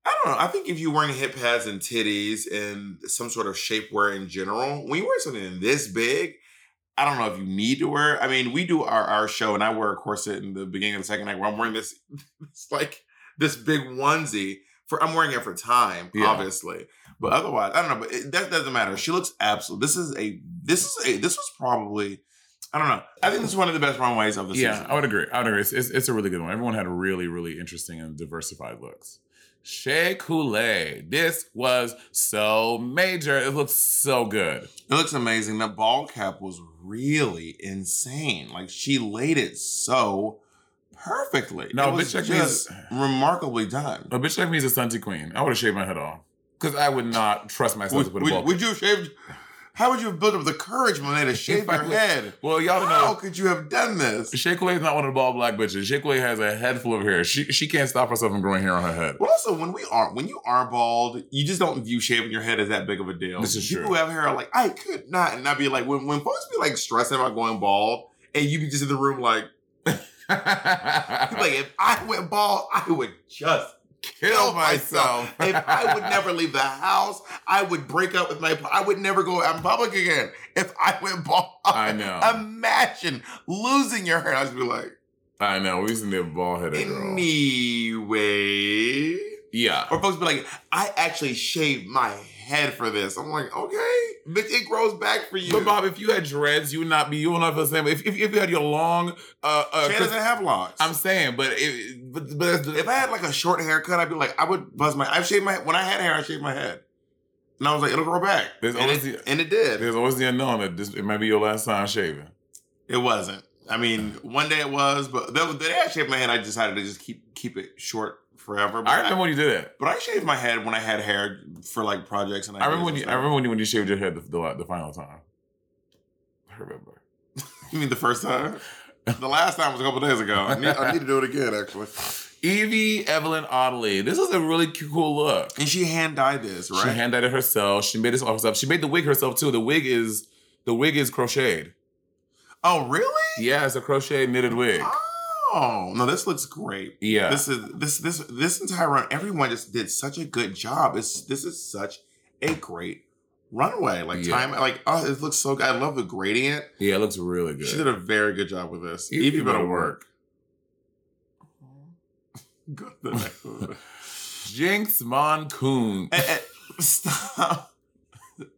I don't know. I think if you're wearing hip pads and titties and some sort of shapewear in general, when you wear something this big, I don't know if you need to wear. I mean, we do our, our show, and I wear a corset in the beginning of the second night where I'm wearing this, (laughs) it's like this big onesie. For I'm wearing it for time, Yeah. obviously, but otherwise, I don't know. But it, that doesn't matter. She looks absolute. This is a. This is a. This was probably. I don't know. I think this is one of the best runways of the yeah, season. I would agree. I would agree. It's, it's, it's a really good one. Everyone had really, really interesting and diversified looks. Shea Coulee. This was so major. It looks so good. It looks amazing. That ball cap was really insane. Like she laid it so perfectly. No, it was bitch, that just remarkably done. A bitch like me is a stunty queen. I would have shaved my head off because I would not trust myself Would, to put a would- ball. would you have shaved? How would you have built up the courage, Monet, to shave I your would- head? well, y'all don't How know. could you have done this? Shea Coulee is not one of the bald black bitches. Shea Coulee has a head full of hair. She she can't stop herself from growing hair on her head. Well, also when we are when you are bald, you just don't view shaving your head as that big of a deal. This is People true. who have hair are like, I could not, and I'd be like, when when folks be like stressing about going bald, and you be just in the room like, (laughs) like if I went bald, I would just Kill myself. (laughs) if I would never leave the house, I would break up with my. I would never go out in public again. If I went bald, (laughs) I know. Imagine losing your hair. I'd just be like, (laughs) I know. We used to be a bald headed girl. anyway. Yeah. Or folks be like, I actually shaved my head for this. I'm like, okay, bitch, it grows back for you. But Bob, if you had dreads, you would not be. You would not feel the same. If if, if you had your long, uh, uh Shay Chris- doesn't have locks. I'm saying, but it, but but that's the- if I had like a short haircut, I'd be like, I would buzz my. I've shaved my when I had hair, I shaved my head, and I was like, it'll grow back. There's and, always it, the- and it did. there's always the unknown that this it might be your last time shaving. It wasn't. I mean, one day it was, but the, the day I shaved my head, I decided to just keep keep it short forever. But I remember when you did it. but I shaved my head when I had hair for like projects, and I remember when ideas you. and I remember when you when you shaved your head the the, the final time. I remember. stuff. You mean the first time? (laughs) the last time was a couple days ago. I need, I need to do it again, actually. Evie Evelyn Audley. This is a really cu- cool look. And she hand dyed this, She right? hand dyed it herself. She made this all herself. She made the wig herself too. The wig is the wig is crocheted. oh, really? Yeah, it's a crochet knitted wig. Oh no, this looks great. Yeah. This is this this this entire run. Everyone just did such a good job. It's this is such a great runway. Like Yeah. time, like oh, it looks so good. I love the gradient. yeah, it looks really good. She did a very good job with this. Evie Evie better better work. (laughs) Go to the next one. Jinx Mon Coon. Eh, eh, Stop.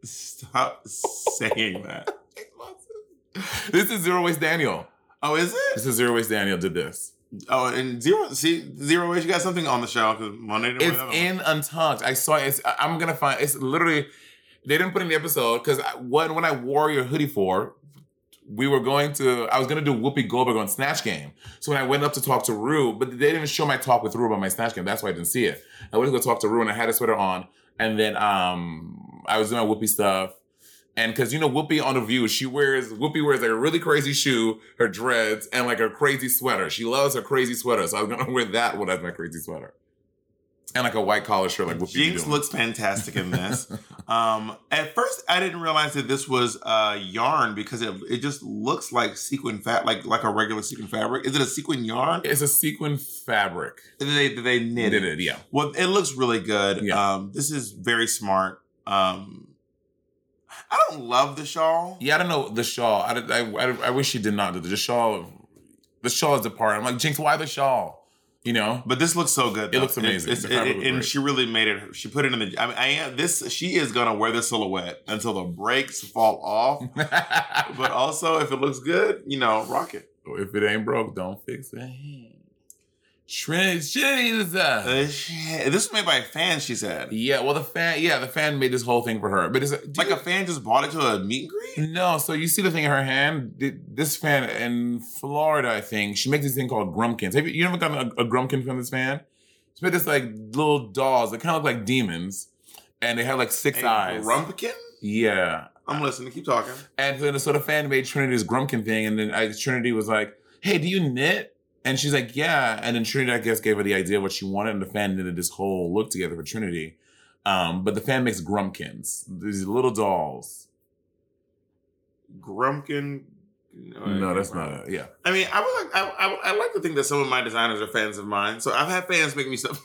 Stop saying that. This is Zero Waste Daniel. Oh, is it? This is Zero Waste Daniel did this. Oh, and zero. See, zero ways. You got something on the show because Monday. didn't It's win that one. in Untucked. I saw it. It's, I- I'm gonna find. It's literally. They didn't put in the episode because when when I wore your hoodie for, we were going to. I was gonna do Whoopi Goldberg on Snatch Game. So when I went up to talk to Rue, but they didn't show my talk with Rue about my Snatch Game. That's why I didn't see it. I went to go talk to Rue and I had a sweater on, and then um I was doing my Whoopi stuff. And because you know Whoopi on the View, she wears Whoopi wears like a really crazy shoe, her dreads, and like her crazy sweater. She loves her crazy sweater, so I was gonna (laughs) wear that one as my crazy sweater, and like a white collar shirt, like Whoopi. be Jinx doing. looks fantastic (laughs) in this. um, at first, I didn't realize that this was uh, yarn because it, it just looks like sequin fat, like like a regular sequin fabric. Is it a sequin yarn? It's a sequin fabric. Did they did they knit Knitted, it? yeah. Well, it looks really good. Yeah. Um, this is very smart. Um, I don't love the shawl. Yeah, I don't know the shawl. I, I, I, I wish she did not do the, the shawl. The shawl is the part. I'm like Jinx, why the shawl? You know, But this looks so good. It looks amazing. It's- The it- fabric it- was and great. she really made it. She put it in the. I mean, I am this. She is gonna wear this silhouette until the brakes fall Mm-hmm. (laughs) off. but also, if it looks good, you know, rock it. if it ain't broke, don't fix it. Trinity Jesus. Uh, shit. this was made by a fan. She said, Yeah, well, the fan, yeah, the fan made this whole thing for her. But it's do like you- a fan just bought it to a meet and greet. No, so you see the thing in her hand. Th- This fan in Florida, I think, she makes this thing called Grumpkins. Have you, you ever gotten a, a Grumpkin from this fan? She made this like little dolls that kind of look like demons, and they had like six A eyes. Rumpkin. yeah, I'm listening. Keep talking. and so, so the fan made Trinity's Grumpkin thing, and then I, Trinity was like, "Hey, do you knit?" And she's like, "Yeah." And then Trinity, I guess, gave her the idea of what she wanted, and the fan knitted this whole look together for Trinity. Um, but the fan makes Grumpkins, these little dolls. Grumpkin. No, No, that's not it. Oh, Yeah. I mean, I would like. I, I, I like to think that some of my designers are fans of mine. So (laughs) I've had fans make me stuff.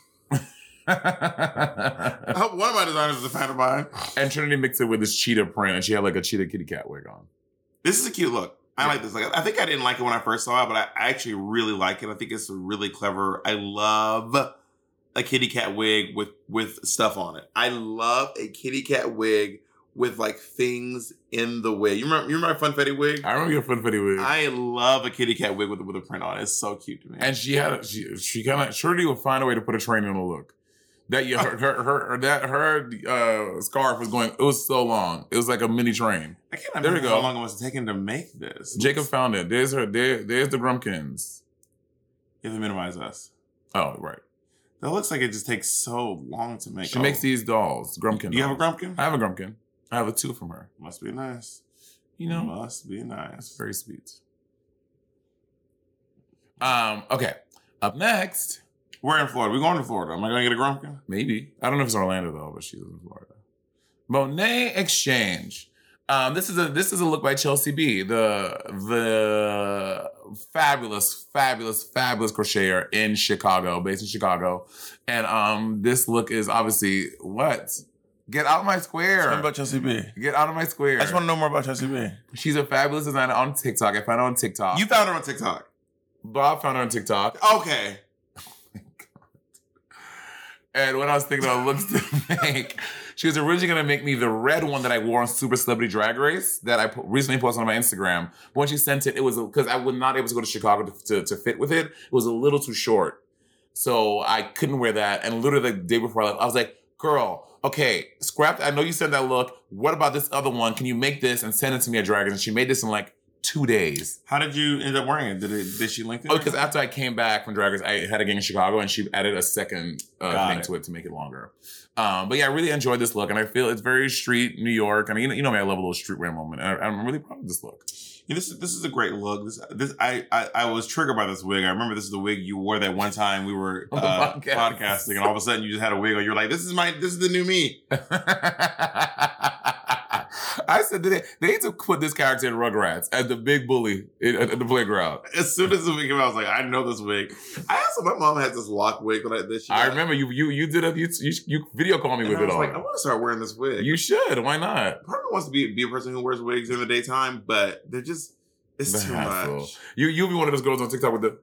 I hope one of my designers is a fan of mine. (laughs) and Trinity mixed it with this cheetah print, and she had like a cheetah kitty cat wig on. This is a cute look. I like this. Like I think I didn't like it when I first saw it, but I, I actually really like it. I think it's really clever. I love a kitty cat wig with with stuff on it. I love a kitty cat wig with like things in the wig. You remember you remember my funfetti wig? I remember your funfetti wig. I love a kitty cat wig with with a print on it. It's so (laughs) cute to me. and she had she she kind of Trinity would find a way to put a train in a look. That yeah, her her, her that her uh, scarf was going. It was so long. It was like a mini train. I can't there we remember go. how long it was taking to make this. Jacob found it. There's her. There, there's the Grumpkins. you have to minimize us. Oh right, That looks like it just takes so long to make. she makes these dolls. Grumpkin. Do you have a dolls. grumpkin? I have a Grumpkin. I have a two from her. Must be nice. You know, must be That's nice. very sweet. Um. Okay. Up next, We're in Florida. We're going to Florida. Am I going to get a Grumpkin? maybe I don't know if it's Orlando though, but she's in Florida. Monet Exchange. Um, this is a this is a look by Chelsea B, the the fabulous, fabulous, fabulous crocheter in Chicago, based in Chicago, and um, this look is obviously what get out of my What square, about Chelsea B? I get out of my square. just want to know more about Chelsea B. She's a fabulous designer on TikTok. I found her on TikTok. You found Oh. her on TikTok. Bob found her on TikTok. Okay. And when I was thinking about looks to make, she was originally gonna make me the red one that I wore on Super Celebrity Drag Race that I po- recently posted on my Instagram. But when she sent it, it was because I was not able to go to Chicago to, to, to fit with it. It was a little too short, so I couldn't wear that. And literally the day before I left, I was like, "Girl, okay, scrap. I know you sent that look. What about this other one? Can you make this and send it to me at Dragons?" And she made this in like two days. How did you end up wearing it? Did it? Did she link it? Oh, because after I came back from Drag Race, I had a gang in Chicago, and she added a second uh, Got thing it. to it to make it longer. Um, but yeah, I really enjoyed this look, and I feel it's very street New York. I mean, you know, you know me, I love a little streetwear moment. and I, I'm really proud of this look. Yeah, this is this is a great look. This this I, I I was triggered by this wig. I remember this is the wig you wore that one time we were On the uh, podcast. podcasting, and all of a sudden you just had a wig on. You're like, this is my this is the new me. I said that they, they need to put this character in Rugrats as the big bully in, at, at the playground. As soon as the wig came out, I was like, I know this wig. I also my mom had this lock wig that I, that she I got, remember you you you did a you you, you video called me and with I it was all. like, I want to start wearing this wig. you should. Why not? part of me wants to be be a person who wears wigs in the daytime, but they're just it's The too hassle. much. You you be one of those girls on TikTok with the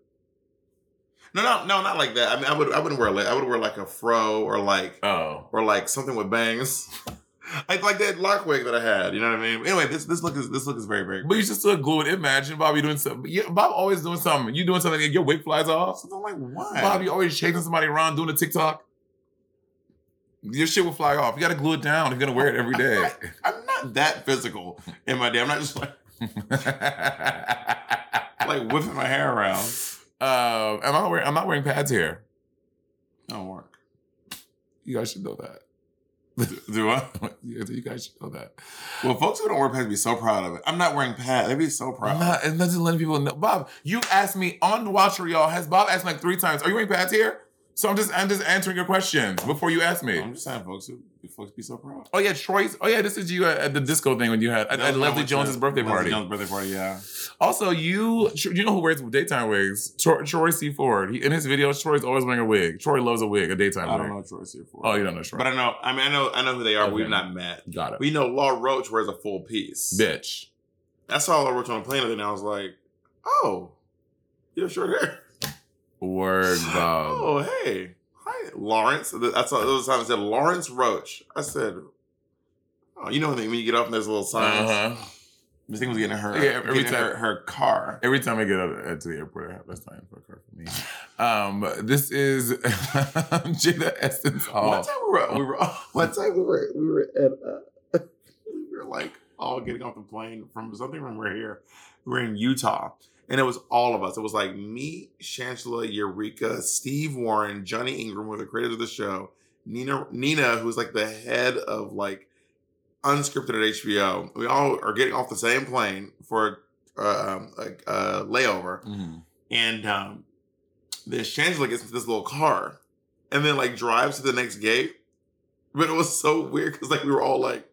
No, no, no, not like that. I mean, I would I wouldn't wear like I would wear like a fro or like oh or like something with bangs, (laughs) like like that lock wig that I had. You know what I mean? Anyway, this this look is this look is very very. But you should still glue it. Imagine Bob, you doing something. Yeah, Bob always doing something. You doing something, and your wig flies off. Something like what? Bob, you always chasing somebody around doing a TikTok. Your shit will fly off. You got to glue it down. You're gonna wear it every (laughs) day. I'm not that physical in my day. I'm not just like (laughs) like whipping my hair around. um, am I wearing? I'm not wearing pads here. Don't work. You guys should know that. Do, do I? (laughs) Yeah, you guys should know that. Well, folks who don't wear pads be so proud of it. I'm not wearing pads. They'd be so proud. I'm not, and that's just letting people know. Bob, you asked me on Watcher, y'all. Has Bob asked me like three times? Are you wearing pads here? So I'm just I'm just answering your questions before you ask me. I'm just saying, folks who folks be so proud. Oh yeah, Troy's. Oh yeah, this is you at, at the disco thing when you had at, at That was when I Leslie went to Jones's birthday Leslie party. Jones' birthday party, yeah. Also, you Tr- you know who wears daytime wigs? Troy, Troy C. Ford. He, in his videos, Troy's always wearing a wig. Troy loves a wig, a daytime I wig. don't know Troy here for. Oh, you don't know Troy? But I know. I mean, I know. I know who they are. but We've Okay. not met. Got it, But you know, Law Roach wears a full piece. bitch. I saw Law Roach on a plane, and I was like, "Oh, you have short hair." Word, Bob. Oh, hey. Hi, Lawrence. That's that was the time I said Lawrence Roach. I said, oh, you know when, they, when you get up and there's a little sign. Uh-huh. This thing was getting her, Yeah, every getting her, time. her car. Every time I get up uh, to the airport, I have that's not for car for me. Um, this is (laughs) Jada Essence One Hall. time we were, we were one time we were we were at uh, (laughs) we were like all getting off the plane from something when we were here. We were in Utah. And it was all of us. It was like me, Shangela, Eureka, Steve Warren, Johnny Ingram were the creators of the show. Nina Nina, who's like the head of like unscripted at HBO. We all are getting off the same plane for uh, um, a, a layover Mhm. and um, then Shangela gets into this little car, and then like drives to the next gate. But it was so weird because like we were all like,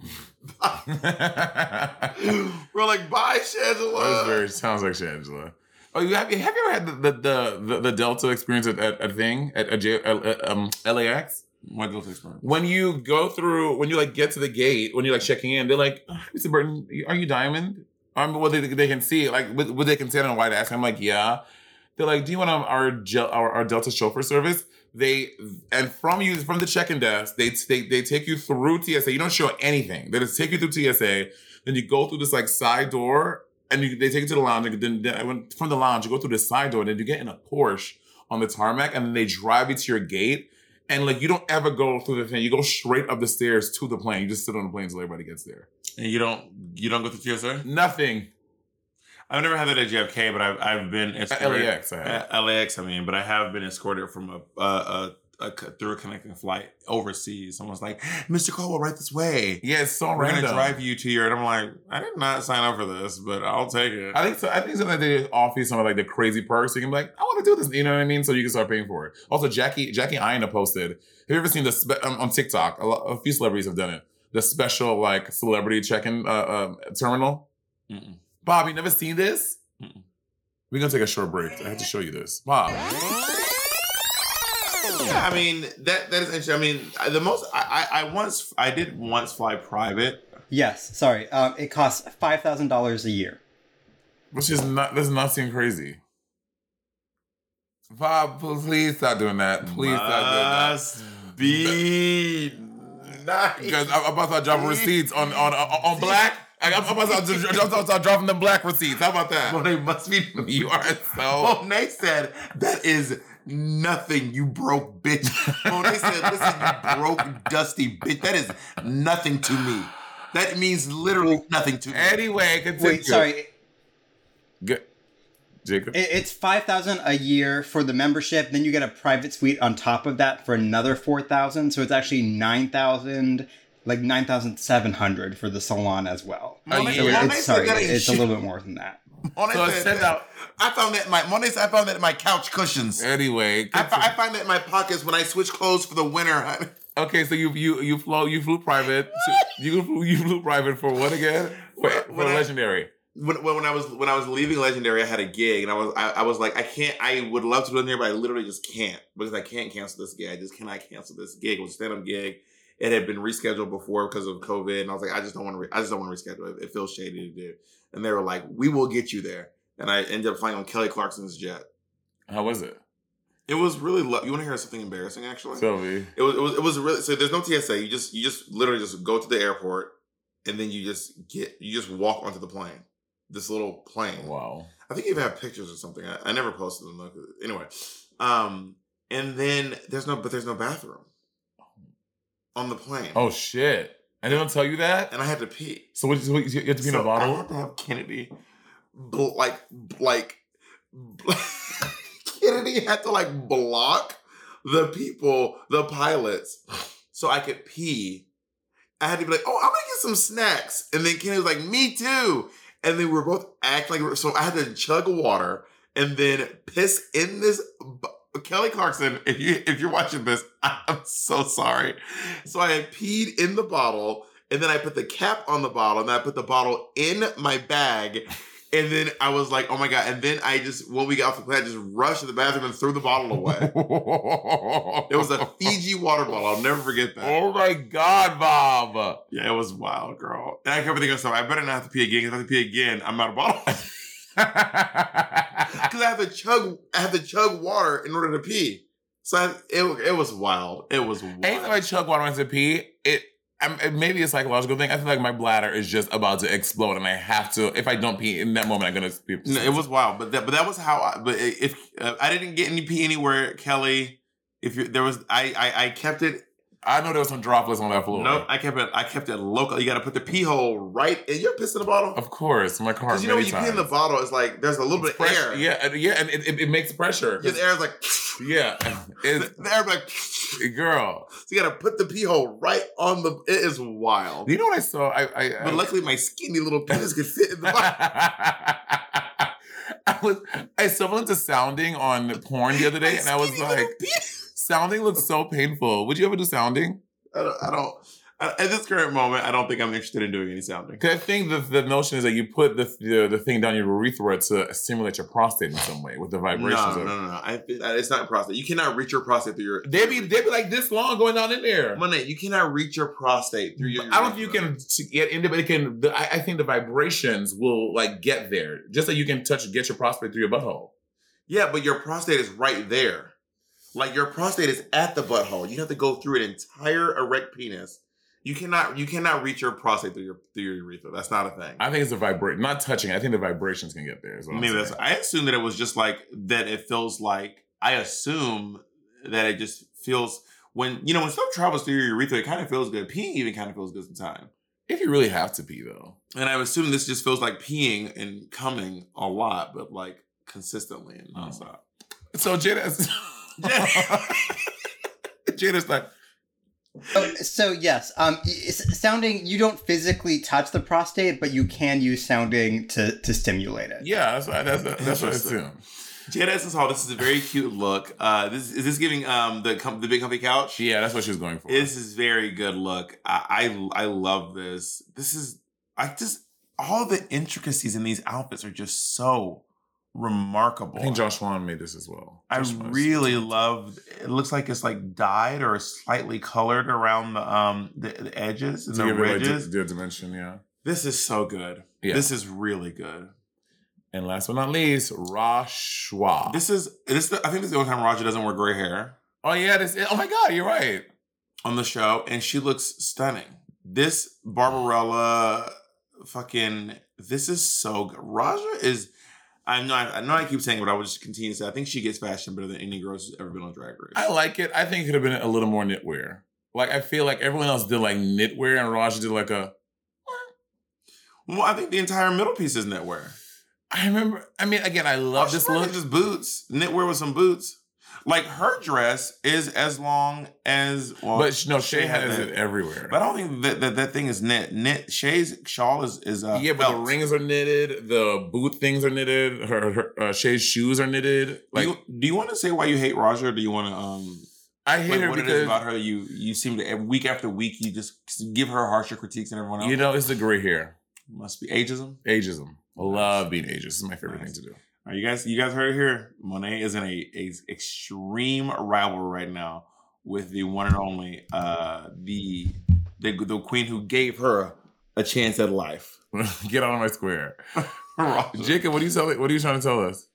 (gasps) (laughs) we're like, bye, That was Shangela. very sounds like Shangela. Oh, you have, have you ever had the the, the, the, the Delta experience at at, at thing at, at, J- L- uh, um, LAX? What guilt experience? When you go through, when you like get to the gate, when you're like checking in, they're like, "Uh, "Mr. Burton, are you Diamond?" Um, well, they, they can see like what what they can see on a white ass. I'm like, yeah. They're like, "Do you want um, our, gel, our our Delta chauffeur service?" They and from you from the check-in desk, they they they take you through TSA. You don't show anything. They just take you through TSA. Then you go through this like side door, and you, they take you to the lounge. And then, then I went from the lounge, you go through the side door, and then you get in a Porsche on the tarmac, and then they drive you to your gate. And like you don't ever go through the thing. You go straight up the stairs to the plane. You just sit on the plane until everybody gets there. And you don't you don't go through TSA? Nothing. I've never had that at JFK, but I've I've been At escorted LAX, I had. at LAX. I mean, but I have been escorted from a. a, a a, through a connecting flight overseas, someone's like, "Mr. Caldwell, right this way. Yeah, it's so We're random. gonna drive you to your." And I'm like, "I did not sign up for this, but I'll take it." I think so. I think sometimes they just offer you some of like the crazy perks. You can be like, I want to do this. You know what I mean? So you can start paying for it. Also, Jackie Jackie Iona posted. Have you ever seen this um, on TikTok? A, lot, a few celebrities have done it. The special like celebrity check-in uh, um, terminal. Mm-mm. Bob, you never seen this? Mm-mm. We're gonna take a short break. I have to show you this, Bob. Yeah, I mean that that is interesting. I mean I- the most I, I I once I did once fly private. Yes, sorry. Um, it costs five thousand dollars a year. Which is not does not seem crazy. Bob, please stop doing that. Please stop doing that. Must be nice. Because I'm I'm about to start (laughs) dropping receipts on on on, on black. Like, I'm I'm about to start, I'm about to start dropping them black receipts. How about that? Monet must be. You are (laughs) so. Monet said that is nothing. You broke bitch. Monet said, "Listen, you broke dusty bitch. That is nothing to me. That means literally nothing to me." Anyway, continue. Wait, sorry. It, Good. Jacob. it's five thousand a year for the membership. Then you get a private suite on top of that for another four thousand. So it's actually nine thousand, like nine thousand seven hundred for the salon as well. A Monet, So year. Monet it's, said sorry, that ain't it's a shit. little bit more than that. Monet So it said sent that- out- I found that in my Monet. said I found that in my couch cushions. Anyway, I, fi- I continue. find that in my pockets when I switch clothes for the winter. honey. okay. So you you you flew you flew private. (laughs) to- you flew, you flew private for what again? For, When- for when I- legendary. When, when when I was when I was leaving Legendary, I had a gig, and I was I, I was like, I can't. I would love to do it there, but I literally just can't because I can't cancel this gig. I just cannot cancel this gig. It was a stand up gig. It had been rescheduled before because of COVID, and I was like, I just don't want to. Re- I just don't want to reschedule it. It feels shady to do. And they were like, We will get you there. And I ended up flying on Kelly Clarkson's jet. How was it, It was really. Lo- you want to hear something embarrassing? Actually, Sylvie? It was it was it was really so there's no TSA. You just you just literally just go to the airport and then you just get you just walk onto the plane. This little plane. Wow. I think you even have pictures or something. I, I never posted them though. 'cause- Anyway. Um and then there's no but there's no bathroom on the plane. Oh shit! And they don't tell you that. And I had to pee. So what? You, you have to be in So a bottle. I had to have Kennedy bl- like like bl- (laughs) Kennedy had to like block the people, the pilots, so I could pee. I had to be like, oh, I'm gonna get some snacks. And then Kennedy was like, me too. And then we were both act like we were- so I had to chug water and then piss in this bu- Kelly Clarkson, if you if you're watching this, (laughs) I'm so sorry. So I had peed in the bottle, and then I put the cap on the bottle, and then I put the bottle in my bag, and then I was like, oh my god! And then I just when we got off the plane, I just rushed to the bathroom and threw the bottle away. it was a Fiji water bottle. I'll never forget that. Oh my god, Bob! Yeah, it was wild, girl. And I kept thinking to myself, I better not have to pee again. 'cause If I have to pee again, I'm out of bottle. (laughs) (laughs) because I have to chug, I have to chug water in order to pee. So I, it, it was wild. It was wild. Anytime I chug water into pee, it, I'm, it maybe it's a psychological thing. I feel like my bladder is just about to explode, and I have to. If I don't pee in that moment, I'm gonna. Pee. No, it was wild, but that but that was how. I, but i- if uh, I didn't get any pee anywhere, Kelly, if you there was, I I, I kept it. I know there was some droplets on that floor. Nope, I kept it. I kept it local. You got to put the pee hole right. And you're pissing the bottle Of course, my car. because you know when many you pee in the times. bottle, it's like there's a little It's bit of air. pressure- Yeah, and- yeah, and it, it, it makes pressure. Yeah, the air is like Yeah, (laughs) the, it's, the air is like. girl. So you got to put the pee hole right on the. It is wild. You know what I saw? I, I, I (laughs) But luckily, my skinny little penis could fit in the bottle. I was I stumbled into sounding on porn the other day, and I was Skinny little like, sounding looks so painful. Would you ever do sounding? I don't. I don't I- at this current moment, I don't think I'm interested in doing any sounding. Because I think the, the notion is that you put the, the the thing down your urethra to stimulate your prostate in some way with the No, vibrations. no, of no, no. I, think that- it's not prostate. You cannot reach your prostate through your. They be they be like this long going down in there. Monet, you cannot reach your prostate through your. I don't think you can t- get into, but it can. The, I, I think the vibrations will like get there, just like you can touch get your prostate through your butthole. Yeah, but your prostate is right there. Like your prostate is at the butthole. You have to go through an entire erect penis. You cannot. You cannot reach your prostate through your through your urethra. That's not a thing. I think it's the vibration, not touching. I think the vibrations can get there. is what I'm Maybe that's. saying. I assume that it was just like that. It feels like. I assume that it just feels when you know when stuff travels through your urethra, it kind of feels good. Peeing even kind of feels good sometimes. if you really have to pee though. And I'm assuming this just feels like peeing and coming a lot, but like consistently and Oh. nonstop. So (laughs) Jada's (laughs) Jada's like Oh, so yes, um, y- s- sounding you don't physically touch the prostate, but you can use sounding to to stimulate it. yeah, that's what, that's that's what I Interesting. assume. Jada Essence Hall. This is a very cute look. Uh, this is this giving um the com- the big comfy couch. Yeah, that's what she was going for. This is very good look. I, I I love this. This is I just all the intricacies in these outfits are just so remarkable. I think Josh Wan made this as well. I Josh Wan is- really love. It looks like it's like dyed or slightly colored around the um the, the edges and to the give it like ridges. the, the dimension, yeah. this is so good. Yeah. This is really good. And last but not least, Rashwa. This is this. I think this is the only time Roger doesn't wear gray hair. oh yeah, this. Oh my God, you're right. on the show, and she looks stunning. This Barbarella, fucking, this is so good. Raja is. I know. I, I know. I keep saying, it, but I will just continue to say. I think she gets fashion better than any girl who's ever been on Drag Race. I like it. I think it could have been a little more knitwear. Like I feel like everyone else did like knitwear, and Raj did like a. well, I think the entire middle piece is knitwear. I remember. I mean, again, I love this She wears look. just boots, knitwear with some boots. Like her dress is as long as well, But no, Shay has that. it everywhere. But I don't think that that, that thing is knit. Knit Shay's shawl is is uh, yeah, but the felt. rings are knitted. The boot things are knitted. Her, her uh, Shay's shoes are knitted. Like do you, do you want to say why you hate Roger? Or do you want to um I hate like her what it is about because her you you seem to every- week after week you just give her harsher critiques than everyone else you know it's the gray hair, must be ageism ageism. I love being ageist. It's my favorite Nice. thing to do. all right you guys you guys heard it here monet is in a, a extreme rivalry right now with the one and only uh the the, the queen who gave her a chance at life (laughs) Get out of my (laughs) square, Roger. Jacob. What are you telling? What are you trying to tell us?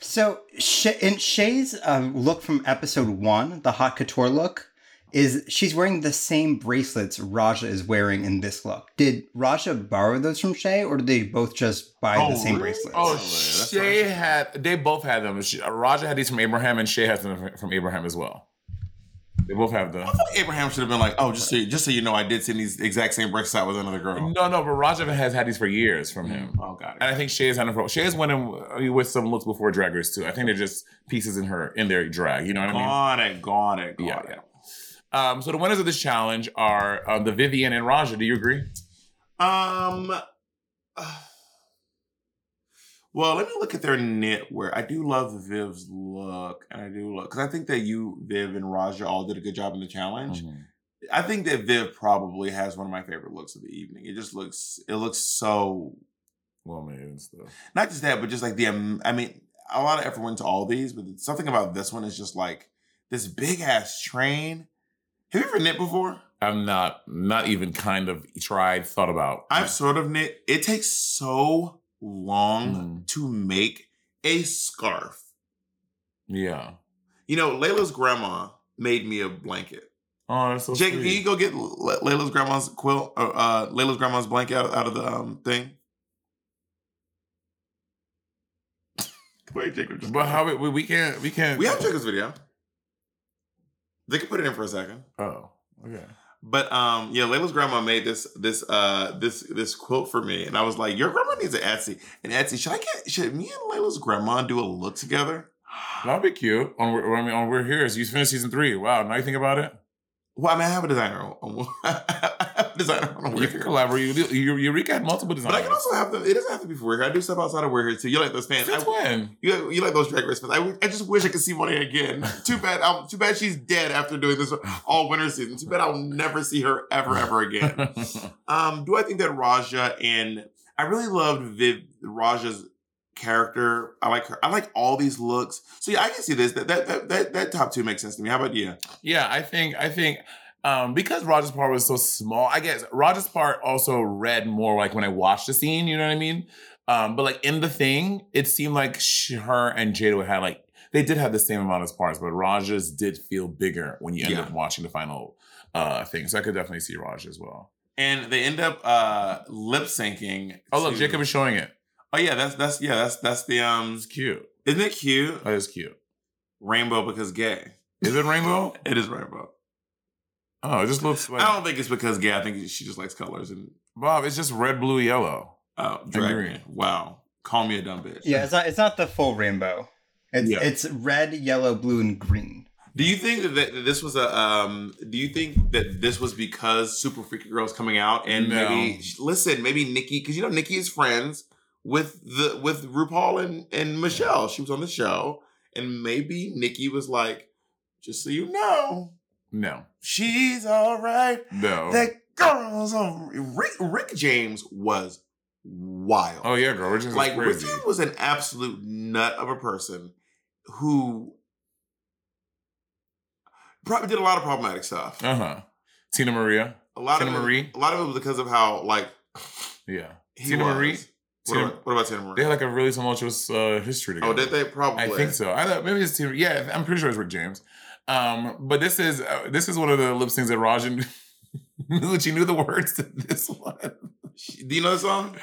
So Sh- in Shay's uh, look from episode one, the hot couture look, is she's wearing the same bracelets Raja is wearing in this look. Did Raja borrow those from Shay, or did they both just buy Oh, the same really? bracelets? Oh, That's Shay right. had. They both had them. She, Raja had these from Abraham, and Shay has them from Abraham as well. They both have them. abraham should have been like oh just so you, just so you know i did send these exact same breakfast out with another girl No, no, but Raja has had these for years from him. oh god And I think Shay's had them for. Shay's went in with some looks before Drag Race too. I think they're just pieces in her in their drag. You know what I mean? got it got it got Yeah, it yeah. Um, so the winners of this challenge are um, the Vivian and Raja. Do you agree? Um. uh, (sighs) Well, let me look at their knitwear. I do love Viv's look, and I do look because I think that you, Viv, and Raja all did a good job in the challenge. Mm-hmm. I think that Viv probably has one of my favorite looks of the evening. It just looks, it looks so Well, man, and stuff. not just that, but just like the, am- I mean, a lot of effort went into all these, but something about this one is just like this big ass train. Have you ever knit before? I'm not, not even kind of tried, thought about. I've sort of knit. It takes so long Mm. to make a scarf. Yeah. You know, Layla's grandma made me a blanket. Oh, that's so Jake, can sweet. you go get Le- Layla's grandma's quilt, uh, uh, Layla's grandma's blanket out, out of the um, thing? Wait, Jacob. just- But how we, we can't we can't we have Jacob's video. They can put it in for a second. Oh, okay. But um, yeah, Layla's grandma made this this uh this this quilt for me, and I was like, "Your grandma needs an Etsy." And Etsy, should I get should me and Layla's grandma do a look together? That'd be cute. On we're, I mean, on we're here. So you finished season three. Wow. Now you think about it, Well, I mean, I have a designer. on- on- (laughs) I have a designer. On you Weird can Here. collaborate. You, you, Eureka had multiple But designers. I can also have them. It doesn't have to be for Weird Here. I do stuff outside of Weird Here too. You like those fans? Since I, when? you like, you like those Drag Race fans? I, w- I just wish I could see Monet again. too bad. i too bad she's dead after doing this all winter season. Too bad I'll never see her ever ever again. (laughs) Um, do I think that Raja and I really loved Viv Raja's character. I like her. I like all these looks. So yeah, I can see this. That that that that, that top two makes sense to me. How about you? yeah, I think I think um, because Roger's part was so small, I guess Roger's part also read more like when I watched the scene. You know what I mean? Um, but like in the thing, it seemed like she, her and Jado had like they did have the same amount of parts, but Raja's did feel bigger when you end Yeah. up watching the final uh, thing. So I could definitely see Raj as well. And they end up uh lip syncing. Oh look, to- Jacob is showing it. Oh yeah, that's that's yeah that's that's the um. It's cute. Isn't it cute? That is cute. Rainbow because gay. Is it rainbow? (laughs) It is rainbow. Oh, it just looks like I don't think it's because gay. I think she just likes colors and Bob. It's just red, blue, yellow. oh drag Agree. me. Wow, call me a dumb bitch. Yeah, it's not it's not the full rainbow. It's Yeah. it's red, yellow, blue, and green. Do you think that that this was a? Um, do you think that this was because Super Freaky Girl's coming out and No. maybe listen, maybe Nikki because you know Nikki is friends with the with RuPaul and and Michelle. She was on the show, and maybe Nikki was like, just so you know, No, she's all right. no. That girl's on Rick, Rick James was wild oh yeah, girl. We're just like crazy. Richard was an absolute nut of a person who probably did a lot of problematic stuff. Uh huh. Tina Maria. A lot Tina of it, Marie? A lot of it was because of how like Yeah. he Tina was. Marie? What, Tina- about, what about Tina Marie? They had like a really tumultuous uh, history together. oh, did they probably? I think so. I thought maybe it's Tina. Yeah, I'm pretty sure it's Rick James. Um, but this is uh, this is one of the lip syncs that Rajan knew (laughs) that she knew the words to this one. She- do you know the song?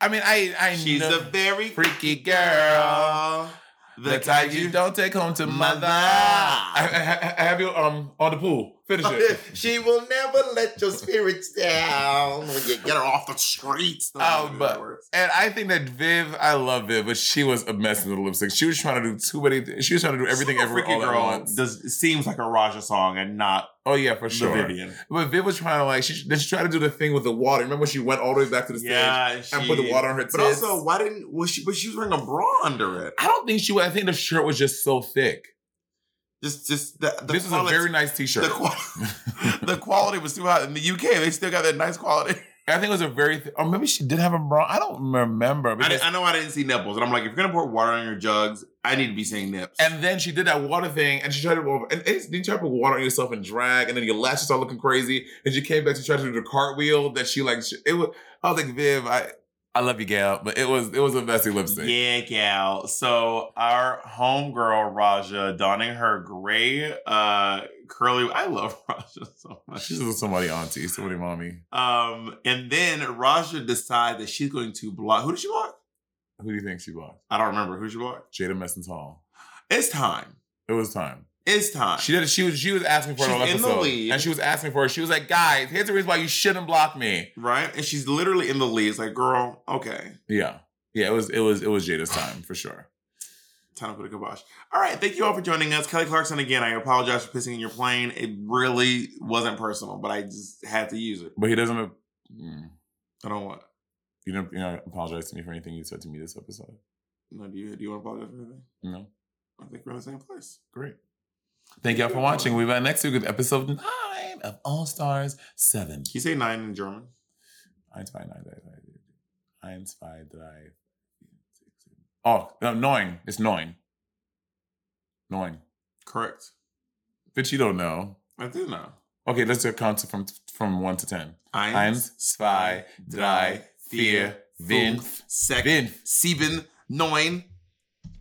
I mean, I I She's know a very freaky girl. The type you don't take home to mother. Mother. I, I, I I have you um on the pool. Finish Oh, (laughs) it. she will never let your spirits down when you get her off the streets. Oh, but- And I think that Viv, I love Viv, but she was a mess in the lipstick. She was trying to do too many. Th- she was trying to do everything Super every Freaky all at once. does seems like a Raja song and not oh yeah, for the sure. Vivian. But Viv was trying to like she then she tried to do the thing with the water. Remember when she went all the way back to the stage and put the water on her tits? But also, why didn't was she? But she was wearing a bra under it. I don't think she. would. I think the shirt was just so thick. Just, just the, the this is a quality- very nice T-shirt. The, (laughs) qual- the quality was too high in the UK. They still got that nice quality. I think it was a very. Th- or maybe she did have a bra. I don't remember. I, because- didn't- I know I didn't see nipples, and I'm like, if you're gonna pour water on your jugs, I need to be seeing nips. And then she did that water thing, and she tried to and it's, then you try to put water on yourself and drag, and then your lashes start looking crazy, and she came back to try to do the cartwheel that she like. She, it was I was like Viv, I I love you, gal, but it was it was a messy lipstick. Yeah, gal. So our homegirl Raja donning her gray uh curly I love (laughs) Raja so much. She's just somebody auntie, somebody mommy. Um and then Raja decides that she's going to block who did she block? Who do you think she blocked? I don't remember who she blocked. Jada Messins Hall. It's time. It was time. It's time. She did. She was. She was asking for it Uh, She's on in the episode, lead. and she was asking for it. She was like, "Guys, here's the reason why you shouldn't block me." right? And she's literally in the lead. It's like, girl, okay. Yeah, yeah. It was. It was. It was Jada's time for sure. Time to put a kibosh. All right. Thank you all for joining us. Kelly Clarkson again. I apologize for pissing in your plane. It really wasn't personal, but I just had to use it. But he doesn't. mm. I don't want You don't, you don't apologize to me for anything you said to me this episode. no, do you do you want to apologize for anything? No? I think we're in the same place. Great. Thank y'all for watching. We'll be back next week with episode 9 of All Stars 7. Can you say nine in German? Eins, zwei, drei, drei, drei. Eins, zwei, drei, six, seven. Oh, no, neun. It's neun. Neun. Correct. Bitch, you don't know. I do know. Okay, let's do a count from from 1 to 10. Eins, Eins, zwei, drei, vier, Vin. fünf, sechs, Vin. sieben, neun,